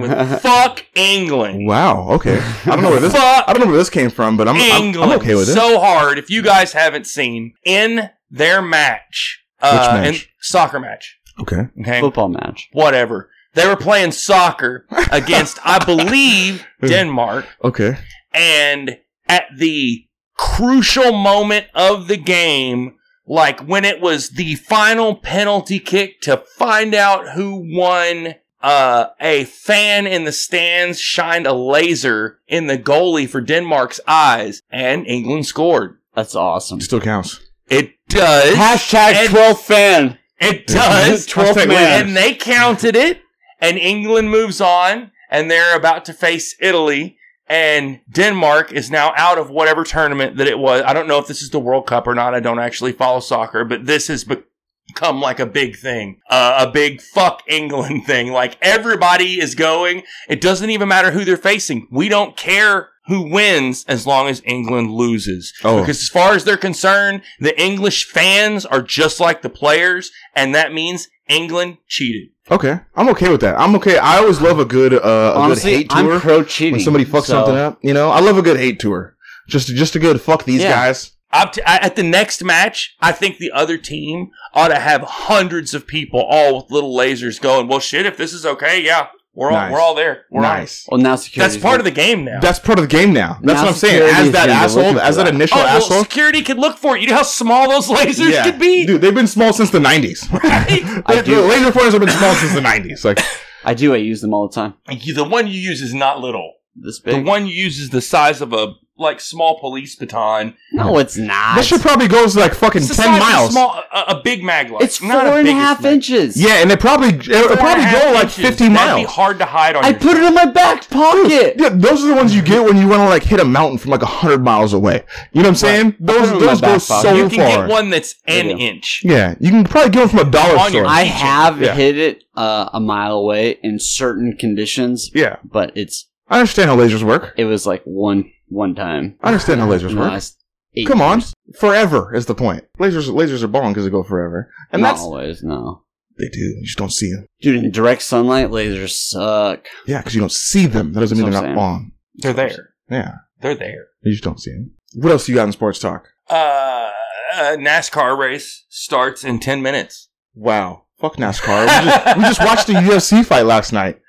D: with fuck England.
A: Wow. Okay. I don't know where this.
D: Fuck
A: I don't know where this came from, but I'm I'm,
D: England
A: I'm okay with it.
D: so hard. If you guys haven't seen in their match, uh,
A: match?
D: in- soccer match,
A: okay.
D: okay,
C: Football match.
D: whatever. They were playing soccer against, I believe, Denmark.
A: Okay.
D: and at the crucial moment of the game, like when it was the final penalty kick to find out who won, uh, a fan in the stands shined a laser in the goalie for Denmark's eyes, and England scored.
C: That's awesome.
A: It still counts.
D: It does.
C: Hashtag
D: and-
C: twelve fan.
D: It does.
C: 12
A: Hashtag
C: man.
D: And they counted it, and England moves on, and they're about to face Italy. And Denmark is now out of whatever tournament that it was. I don't know if this is the World Cup or not. I don't actually follow soccer, but this has become like a big thing, uh, a big fuck England thing. Like everybody is going. It doesn't even matter who they're facing. We don't care who wins as long as England loses.
A: Oh.
D: Because as far as they're concerned, the English fans are just like the players, and that means England cheated.
A: Okay. I'm okay with that. I'm okay. I always love a good uh, a good
C: Honestly,
A: hate tour
C: I'm pro cheating.
A: when somebody fucks something up. You know, I love a good hate tour. Just just a good fuck these
C: Yeah.
A: guys.
D: Up to, I- at the next match, I think the other team ought to have hundreds of people all with little lasers going. Well, shit, if this is okay, yeah, we're all
A: Nice.
D: we're all there. We're on.
A: nice.
C: Well, now
D: That's
C: security.
D: part of the game now.
A: That's part of the game now. That's
C: Now
A: what I'm saying.
C: security
A: As
C: is
A: that
C: gonna be looking
A: asshole,
C: for
A: as that
C: that.
A: initial
D: oh, well,
A: asshole,
D: security can look for it. You know how small those lasers could be.
A: Dude, they've been small since the 90s.
D: Right?
A: The- the
C: do.
A: Laser pointers have been small since the 90s. Like,
C: I do. I use them all the time.
D: You- the one you use is not little.
C: This
D: The
C: big.
D: one you use is the size of a like small police baton,
C: no, it's not.
A: that shit probably goes like fucking
D: It's the
A: 10
D: size of a
A: miles.
D: Small, a, a big mag light.
C: it's
D: Not
C: four and a
D: biggest
C: half
D: mag.
C: inches.
A: Yeah, and it probably it
D: Four
A: would
D: and a
A: probably
D: half
A: go like
D: inches.
A: 50
D: That'd be
A: miles.
D: hard to hide on.
C: I
D: your-
C: put it in my back pocket.
A: Yeah, those are the ones you get when you want to like hit a mountain from like 100 miles away. You know what I'm saying? Those
C: them in
A: those
C: my
A: go
C: back pocket.
A: so
D: You can
A: far.
D: get one that's an
C: Yeah.
D: inch.
A: yeah, you can probably get them from a dollar
D: On your-
A: store.
C: I have
A: Yeah.
C: hit it uh, a mile away in certain conditions,
A: yeah,
C: but it's
A: I understand how lasers work.
C: it was like one one time.
A: I understand how lasers
C: in the
A: work.
C: last eight
A: Come on,
C: years.
A: forever is the point. Lasers lasers are balling because they go forever, and
C: Not
A: that's
C: always no.
A: they do. You just don't see them.
C: Dude, in direct sunlight, lasers suck.
A: Yeah, because you don't see them. That doesn't mean
C: That's
A: they're
C: what
A: not
C: I'm
A: on.
D: They're there.
A: Yeah,
D: They're there.
A: you just don't see them. What else you got in sports talk?
D: Uh, a NASCAR race starts in ten minutes.
A: Wow, fuck NASCAR. we, just, we just watched the UFC fight last night.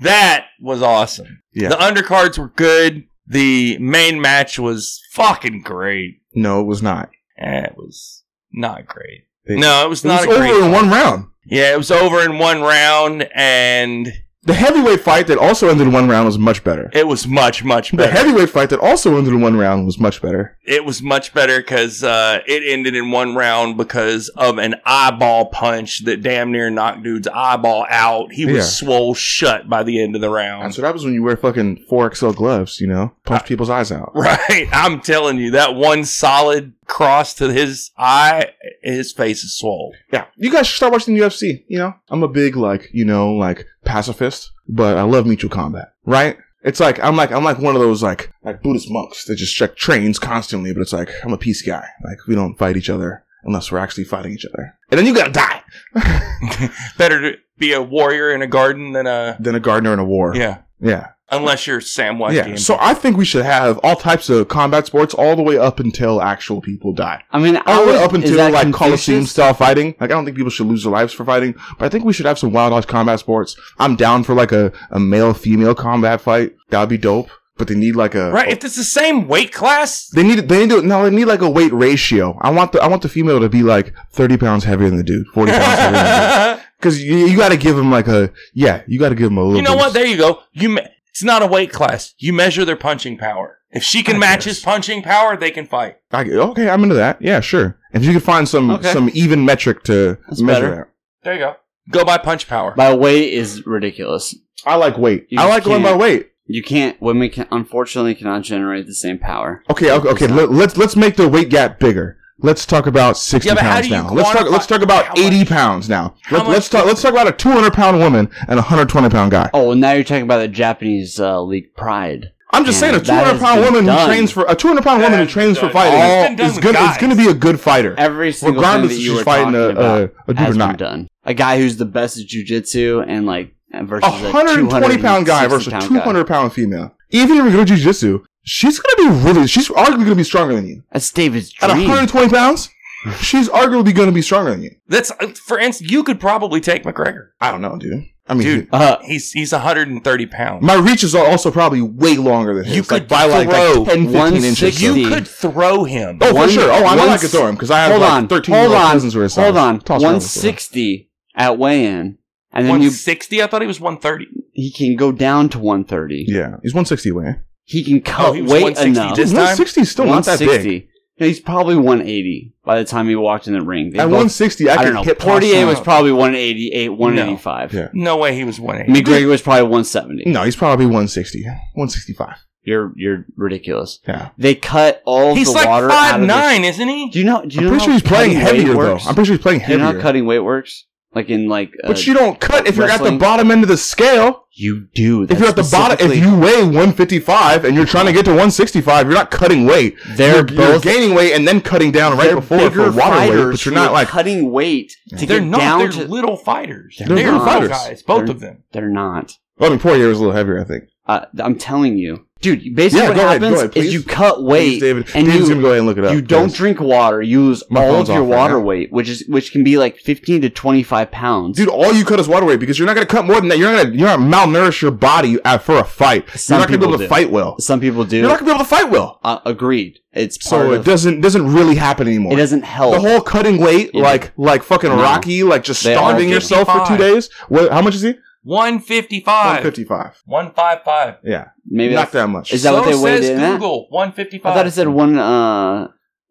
D: That was awesome.
A: Yeah.
D: The undercards were good. The main match was fucking great.
A: No, it was not.
D: Eh, it was not great.
A: They-
D: no, it was
A: It
D: not
A: was
D: a
A: over
D: great.
A: in
D: fight.
A: one round.
D: Yeah, it was over in one round, and
A: The heavyweight fight that also ended in one round was much better.
D: it was much much
A: The
D: better.
A: heavyweight fight that also ended in one round was much better.
D: it was much better because uh, it ended in one round because of an eyeball punch that damn near knocked dude's eyeball out. He was
A: Yeah.
D: swole shut by the end of the round.
A: That's what happens when you wear fucking 4XL gloves, you know? Punch people's eyes out.
D: Right, I'm telling you, that one solid cross to his eye, his face is swole.
A: Yeah. You guys should start watching the UFC, you know? I'm a big, like, you know, like, pacifist, but I love mutual combat, right? It's like, I'm like, I'm like one of those, like, like Buddhist monks that just check trains constantly, but it's like, I'm a peace guy. Like, we don't fight each other unless we're actually fighting each other. And then you gotta die.
D: Better to be a warrior in a garden than a
A: Then a gardener in a war.
D: yeah.
A: Yeah.
D: Unless you're Sam West.
A: yeah. So I think we should have all types of combat sports all the way up until actual people die.
C: I mean, I
A: All the
C: would,
A: way up
C: is
A: until
C: that
A: like Coliseum
C: Confucius?
A: style fighting. Like I don't think people should lose their lives for fighting, but I think we should have some wild ass combat sports. I'm down for like a, a male female combat fight. That'd be dope. But they need like a
D: right, if it's the same weight class,
A: They need they need to, no they need like a weight ratio. I want the I want the female to be like thirty pounds heavier than the dude, forty pounds heavier than the dude.
D: you
A: Because you, you got to give him like a yeah, you got to give him a little.
D: know what?
A: boost.
D: There you go. You me- it's not a weight class. You measure their punching power. If she can
A: I
D: match
A: guess.
D: his punching power, they can fight.
A: I, okay, I'm into that. Yeah, sure. If you could find some
C: Okay.
A: some even metric to
C: That's
A: measure
C: better.
A: that.
D: There you go. Go by punch power.
C: My weight is ridiculous.
A: I like weight.
C: You
A: I like going by
C: can't-
A: weight.
C: You can't. Women can unfortunately cannot generate the same power.
A: Okay, okay, okay. Let, let's let's make the weight gap bigger. Let's talk about sixty
D: Yeah, but how
A: pounds
D: do you
A: now. Let's talk.
D: quantify-
A: Let's talk
D: how
A: about
D: much-
A: eighty pounds now.
D: how
A: Let,
D: much
A: let's talk.
D: does-
A: Let's talk about a two hundred pound woman and a hundred twenty pound guy.
C: Oh, well, now you're talking about the Japanese uh, league pride.
A: I'm just
C: man,
A: saying, a two
C: that
A: hundred
C: has
A: pound
C: been
A: woman who
C: done.
A: trains for a two hundred pound
D: That
A: woman who
D: has
A: trains
D: been
A: for
D: done.
A: fighting
D: It's been done
A: is
D: with
A: gonna
D: guys.
A: it's gonna be a good fighter,
C: Every single thing
A: regardless
C: that
A: if
C: you
A: she's
C: were
A: fighting
C: talking
A: a,
C: about
A: a, a dude
C: has
A: or
C: been
A: not.
C: done. A guy who's the best at jujitsu and like versus
A: A
C: a
A: hundred and twenty pound guy versus a two hundred pound female. Even if you go jujitsu, she's gonna be really. She's arguably gonna be stronger than you.
C: That's David's
A: at
C: dream.
A: 120 pounds, she's arguably going to be stronger than you.
D: That's uh, for instance, you could probably take McGregor.
A: I don't know, dude. I mean,
D: Dude.
C: Uh,
D: He's he's 130 pounds.
A: my reach is al- also probably way longer than his.
D: You
A: like,
D: could
A: by like,
D: throw
A: like 10, 15 inches.
C: 160.
A: though.
D: you could throw him.
A: oh,
C: one-
A: for sure. Oh, I know I
C: one-
A: could throw him because I have
C: hold
A: like
C: on,
A: 13
C: hold
A: year old
C: on,
A: cousins who are
C: hold on.
A: Toss around
C: One
A: with them.
C: sixty at weigh-in, and then you
D: 160? I thought he was 130.
C: he can go down to one thirty.
A: Yeah, he's 160 away.
C: He can cut
D: Oh, he was
C: weight
D: 160
C: enough.
D: This time?
A: 160 is still not that big.
C: 160. No, he's probably 180 by the time he walked in the ring. They
A: At
C: both-
A: 160, I,
C: I
A: could
C: don't know.
A: hit
C: Portier
A: Pastrana.
C: was probably 188, 185.
A: Yeah.
D: No way he was 180.
C: McGregor was probably 170.
A: No, he's probably 160, 165.
C: You're you're ridiculous.
A: Yeah.
C: They cut all
D: He's
C: the
D: like
C: water out
D: five
C: of the-
D: nine, isn't he?
C: Do you know? Do you
A: I'm
C: know
A: pretty
C: how
A: sure he's playing
C: cutting weight
A: heavier though.
C: works?
A: I'm pretty sure he's playing
C: do you know how
A: heavier.
C: cutting weight works? Like in like. Uh,
A: But you don't cut if you're at the
C: wrestling?
A: bottom end of the scale.
C: you do.
A: If you're at the bottom, if you weigh 155 and you're trying to get to 165, you're not cutting weight.
C: they're
A: you're, you're
C: both
A: gaining weight and then cutting down right
C: they're
A: before for
C: bigger
A: water weight,
C: fighters
A: but you're
C: who
A: not
C: are
A: like
C: cutting weight to
D: They're
C: get
D: not.
C: down
D: They're
C: to.
D: little fighters.
C: They're
D: They're,
A: little
D: little
A: fighters.
D: guys, both
C: They're-
D: of them.
C: they're not.
A: Well, I mean, Poirier was a little heavier, I think.
C: Uh, I'm telling you, dude. Basically,
A: Yeah,
C: what
A: go ahead, go
C: happens
A: ahead, please.
C: is you cut
A: Please,
C: weight
A: David.
C: and
A: David's
C: you-
A: gonna go ahead and look it up.
C: you don't
A: because-
C: drink water. You lose
A: My
C: all
A: phone's
C: of your
A: off right
C: water
A: now.
C: weight, which is which can be like 15 to 25 pounds.
A: Dude, all you cut is water weight because you're not going to cut more than that. You're not going to you're gonna malnourish your body at, for a fight.
C: Some
A: you're not going to be
C: people
A: able to
C: do.
A: fight well.
C: some people do.
A: You're not going to be able to fight well.
C: uh, agreed. It's part
A: So
C: of,
A: it doesn't doesn't really happen anymore.
C: it doesn't help.
A: the whole cutting weight,
C: Yeah.
A: like like fucking
C: No.
A: Rocky, like just
C: They are
A: starving yourself for two
D: 55.
A: days. What, how much is he?
D: 155.
A: 155.
D: 155.
A: Yeah,
C: Maybe
A: not
C: that's,
A: that much.
C: Is that what they
D: so
C: weighed
D: says
C: in at?
D: Google. 155.
C: I thought it said one uh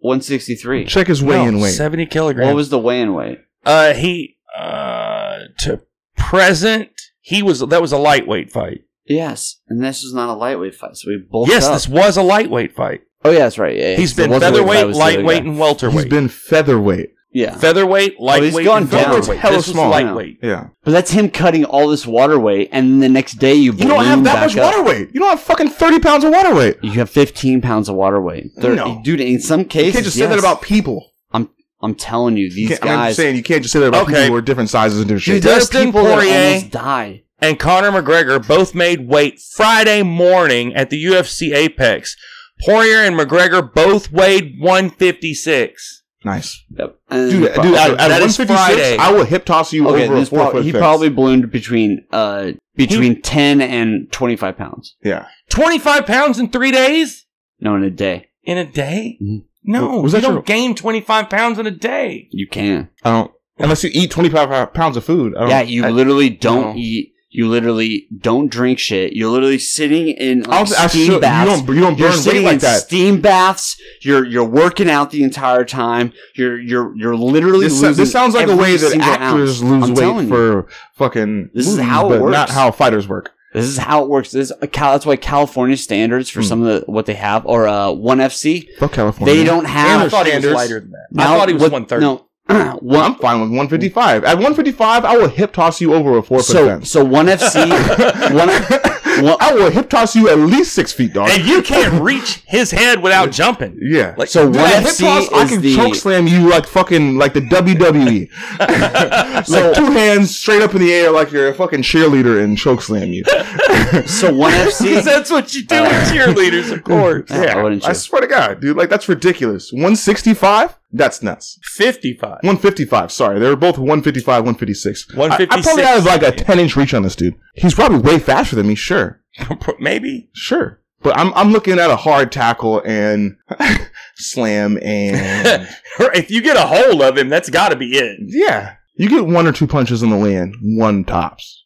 C: 163.
A: Check his weigh in
D: No,
A: weight.
D: 70 kilograms.
C: What was the weigh-in weight?
D: uh, he, uh, to present, he was, that was a lightweight fight.
C: Yes, and this was not a lightweight fight, so we bulked
D: yes,
C: up.
D: this was a lightweight fight.
C: oh yeah, that's right. Yeah, yeah.
D: He's
C: So it
D: been
C: wasn't the fight, it
D: featherweight,
C: was the other
D: lightweight,
C: guy.
D: and
A: He's
D: welterweight.
A: been featherweight.
C: Yeah,
D: Featherweight, lightweight,
C: Oh, gone
D: and
C: down.
D: welterweight.
A: Hella
D: This was
A: small.
D: lightweight.
A: Yeah.
C: but that's him cutting all this water weight, and then the next day you
A: You don't have
C: balloon
A: that
C: back
A: much
C: up.
A: water weight. You don't have fucking 30 pounds of water weight.
C: You have 15 pounds of water weight. Thir-
A: No.
C: dude. In some cases,
A: You can't just say that
C: yes.
A: about people.
C: I'm telling you, these
A: Can't- I mean, I'm just
C: guys,
A: saying you can't just say that about
D: Okay.
A: people who are different sizes and different
C: dude,
A: shapes.
C: there are
D: Dustin
C: people
D: Poirier-
C: that almost die.
D: and Conor McGregor both made weight Friday morning at the UFC Apex. Poirier and McGregor both weighed 156.
A: Nice,
C: Yep. And
A: dude.
C: pro-
A: dude at,
D: that
A: at
D: is
A: 156,
D: Friday.
A: I will hip toss you
C: okay,
A: over a
C: this
A: four
C: prob-
A: foot.
C: he
A: fence.
C: probably ballooned between uh between 10 and 25 pounds.
A: yeah.
D: 25 pounds in three days?
C: No, in a day.
D: In a day?
C: Mhm.
D: No,
A: Was
D: you
A: that
D: don't
A: your-
D: gain 25 pounds in a day.
C: You can.
A: I don't. Unless you eat 25 pounds of food. I don't,
C: Yeah, you
A: Oh, I,
C: literally don't
D: no.
C: eat. You literally don't drink shit. You're literally sitting in
A: I
C: like,
A: don't, I
C: steam
A: should, you
C: baths.
A: don't, you don't
C: you're
A: burn weight
C: sitting
A: like
C: in
A: that.
C: steam baths. You're you're working out the entire time. You're you're you're literally
A: This,
C: losing.
A: this sounds like a
C: every
A: way that
C: single
A: actors
C: ounce.
A: lose
C: I'm telling
A: weight
C: you.
A: for fucking.
C: This is
A: movies,
C: how it
A: but Not
C: works.
A: how fighters work.
C: This is how it works. This is Cal, that's why California standards for
A: Hmm.
C: some of the, what they have or uh, one FC
A: Fuck California.
C: they don't have.
A: Standard
D: I thought he was
A: standards.
D: lighter than that.
C: now
D: I thought he was
C: what-
D: 130.
C: No,
A: Well,
C: one,
A: I'm fine with 155. At 155, I will hip toss you over a four foot
C: so
A: fence.
C: so one FC one. Well-
A: I will hip toss you at least six feet, dog.
D: And you can't reach his head without jumping.
A: Yeah.
D: Like,
C: So
D: so
A: Dude,
C: one
A: at hip
C: FC
A: toss, I
C: is
A: can
C: the
A: choke slam you like fucking like the WWE. like two hands straight up in the air like you're a fucking cheerleader and choke slam you.
C: so one FC.
D: that's what you do with cheerleaders, of course.
C: Yeah, why wouldn't
A: I
C: you?
A: swear to God, dude, like that's ridiculous. 165? That's nuts.
D: 55.
A: 155. Sorry, they were both 155, 156. I- I,
D: 156.
A: probably have like a 10 inch reach on this dude. He's probably way faster than me. Sure,
D: Maybe.
A: sure. But I'm I'm looking at a hard tackle and slam and
D: if you get a hold of him, that's got to be it.
A: yeah, you get one or two punches in the land, one tops.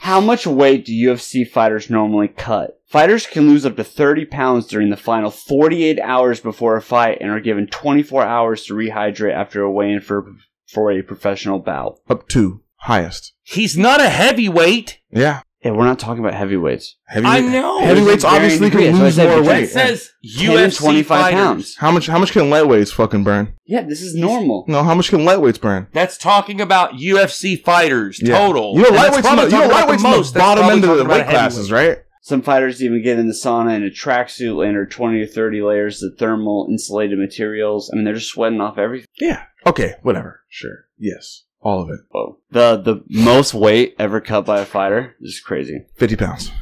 C: How much weight do UFC fighters normally cut? Fighters can lose up to 30 pounds during the final 48 hours before a fight and are given 24 hours to rehydrate after a weigh-in for, for a professional bout.
A: Up to highest.
D: He's not a heavyweight.
A: Yeah,
C: Yeah, we're not talking about heavyweights.
A: heavyweight.
D: I know.
A: Heavyweights
C: There's a
A: obviously
C: varying
A: can
C: degree,
A: lose
C: that's what I said,
A: more
C: between-
A: weight.
D: It says
C: 10 and
D: UFC
C: 25
D: fighters.
C: pounds.
A: How much how much can lightweights fucking burn?
C: Yeah, this is normal.
A: No, how much can lightweights burn?
D: That's talking about UFC fighters
A: Yeah.
D: total.
A: You know
D: And that's
A: lightweights, in
D: probably
A: the, you know
D: talking about
A: lightweights in the
D: most. That's
A: bottom
D: probably
A: end of the
D: talking about
A: weight classes,
D: heavyweight.
A: right?
C: Some fighters even get in the sauna in a tracksuit and are 20 or 30 layers of thermal insulated materials. I mean, they're just sweating off everything.
A: Yeah. Okay, whatever. Sure. Yes. All of it.
C: Whoa. The, the most weight ever cut by a fighter this is crazy.
A: 50 pounds.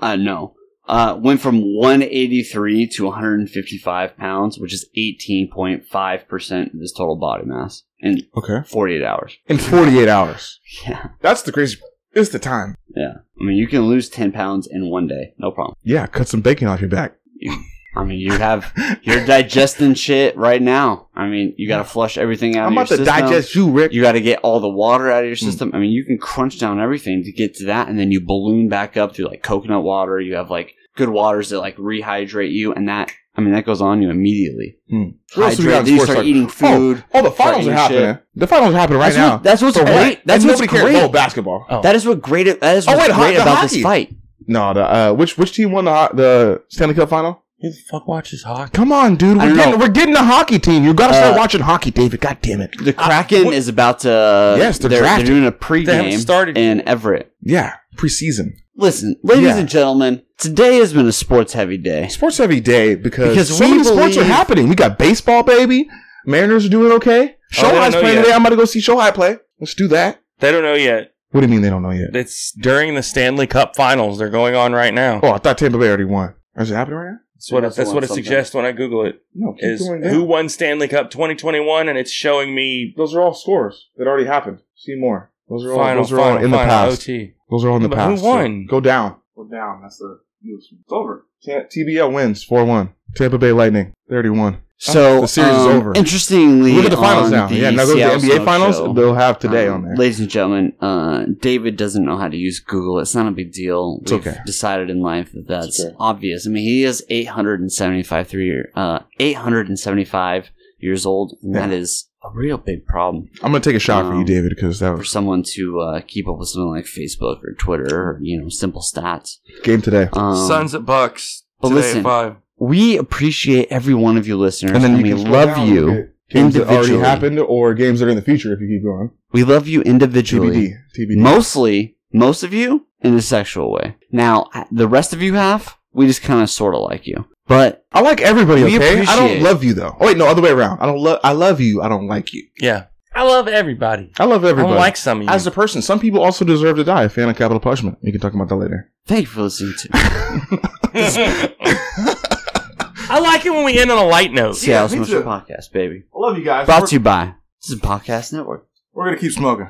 C: Uh, no. Uh, went from 183 to 155 pounds, which is 18.5% of his total body mass in
A: Okay.
C: 48 hours.
A: In 48 hours.
C: Yeah.
A: That's the crazy part. It's the time.
C: Yeah. I mean, you can lose 10 pounds in one day. No problem.
A: Yeah, cut some bacon off your back.
C: I mean, you have, you're digesting shit right now. I mean, you got to flush everything out
A: I'm
C: of your
A: about to
C: system.
A: digest Hmm. you, Rick.
C: You got to get all the water out of your system. I mean, you can crunch down everything to get to that, and then you balloon back up through like coconut water. You have like good waters that like rehydrate you, and that I mean that goes on you immediately.
A: Hmm. What else we got in
C: Hydrate. You
A: sports
C: start
A: talk?
C: eating food.
A: oh, the finals are
C: Right, Oh, shit.
A: happening. The finals are happening right
C: that's
A: now.
C: What, that's what's
A: So
C: great.
A: what?
C: That's
A: And
C: what's
A: nobody cares. Oh,
C: great.
A: basketball.
D: Oh.
C: That is what great. That is
A: Oh,
C: what's
A: wait, ho-
C: great
A: the
C: about
A: hockey.
C: this fight.
A: No, the uh, which which team won the ho- the Stanley Cup final?
D: Who the fuck watches hockey?
A: Come on, dude.
C: I
A: We're
C: don't
A: getting,
C: know.
A: we're getting a hockey team. You got to start
C: Uh,
A: watching hockey, David. God damn it.
C: The Kraken
D: what-
C: is about to. uh,
A: Yes, they're drafting.
C: doing a
D: They haven't
C: pregame
D: started.
C: in Everett.
A: Yeah, preseason.
C: Listen, ladies
A: Yeah.
C: and gentlemen, today has been a sports heavy day.
A: Sports every day because,
C: Because
A: so
C: we
A: many sports are
C: believe-
A: happening. We got baseball, baby. Mariners are doing okay.
D: Oh, they don't
A: Shohei's
D: know
A: playing
D: yet.
A: today. I'm about to go see Shohei play. Let's do that.
D: They don't know yet.
A: What do you mean they don't know yet?
D: It's during the Stanley Cup Finals. They're going on right now.
A: Oh, I thought Tampa Bay already won. Is it happening right now?
D: That's what it,
C: That's the
D: that's
C: one
D: what it
C: sometimes.
D: suggests when I Google it.
A: No, keep
D: Is
A: going down.
D: who won Stanley Cup 2021, and it's showing me
A: Those are all scores that already happened. See more. Those are all,
D: final,
A: those are
D: final,
A: all in the
D: final
A: past.
D: OT.
A: Those are all in the
D: But who
A: past.
D: won?
A: Go down. Go down. That's the news. It's over. T- TBL wins 4-1. Tampa Bay Lightning 31.
C: So
A: The series is
C: um,
A: over.
C: Interestingly,
A: Look at the finals
C: on
A: now.
C: the
A: yeah, now go to the
C: Seattle
A: NBA
C: Snow
A: finals.
C: Show,
A: They'll have today
C: um,
A: on there.
C: Ladies and gentlemen, uh, David doesn't know how to use Google. It's not a big deal.
A: It's
C: We've
A: okay.
C: decided in life that that's
A: okay.
C: obvious. I mean, he is 875 three year, uh, 875 years old, and that is a real big problem
A: I'm gonna take a shot for you,
C: Um,
A: David, because that
C: for
A: was
C: someone to uh, keep up with something like Facebook or Twitter or you know simple stats.
A: game today.
C: Um,
D: Suns at Bucks.
C: but
D: today at
C: listen,
D: five.
C: we appreciate every one of you listeners, and, we
A: can scroll
C: love
A: down
C: you.
A: and get Games that already
C: individually.
A: happened or games that are in the future if you keep going.
C: We love you individually.
A: TBD. TBD.
C: mostly most of you in a sexual way now the rest of you have we just kind of sort of like you but
A: I like everybody,
C: We
A: okay? I don't
C: appreciate-
A: love you though. Oh wait, no, other way around. I don't love I love you, I don't like you.
D: Yeah, I love everybody.
A: I love
D: I
A: everybody.
D: don't like some of you.
A: As a person, some people also deserve to die. Fan of capital punishment. We can talk about that later.
C: thank you for listening to
D: I like it when we end on a light note.
C: seattle
A: me
C: Smith Show
A: too.
C: podcast baby
A: I love you guys.
C: brought to you by this is podcast network
A: we're gonna keep smoking.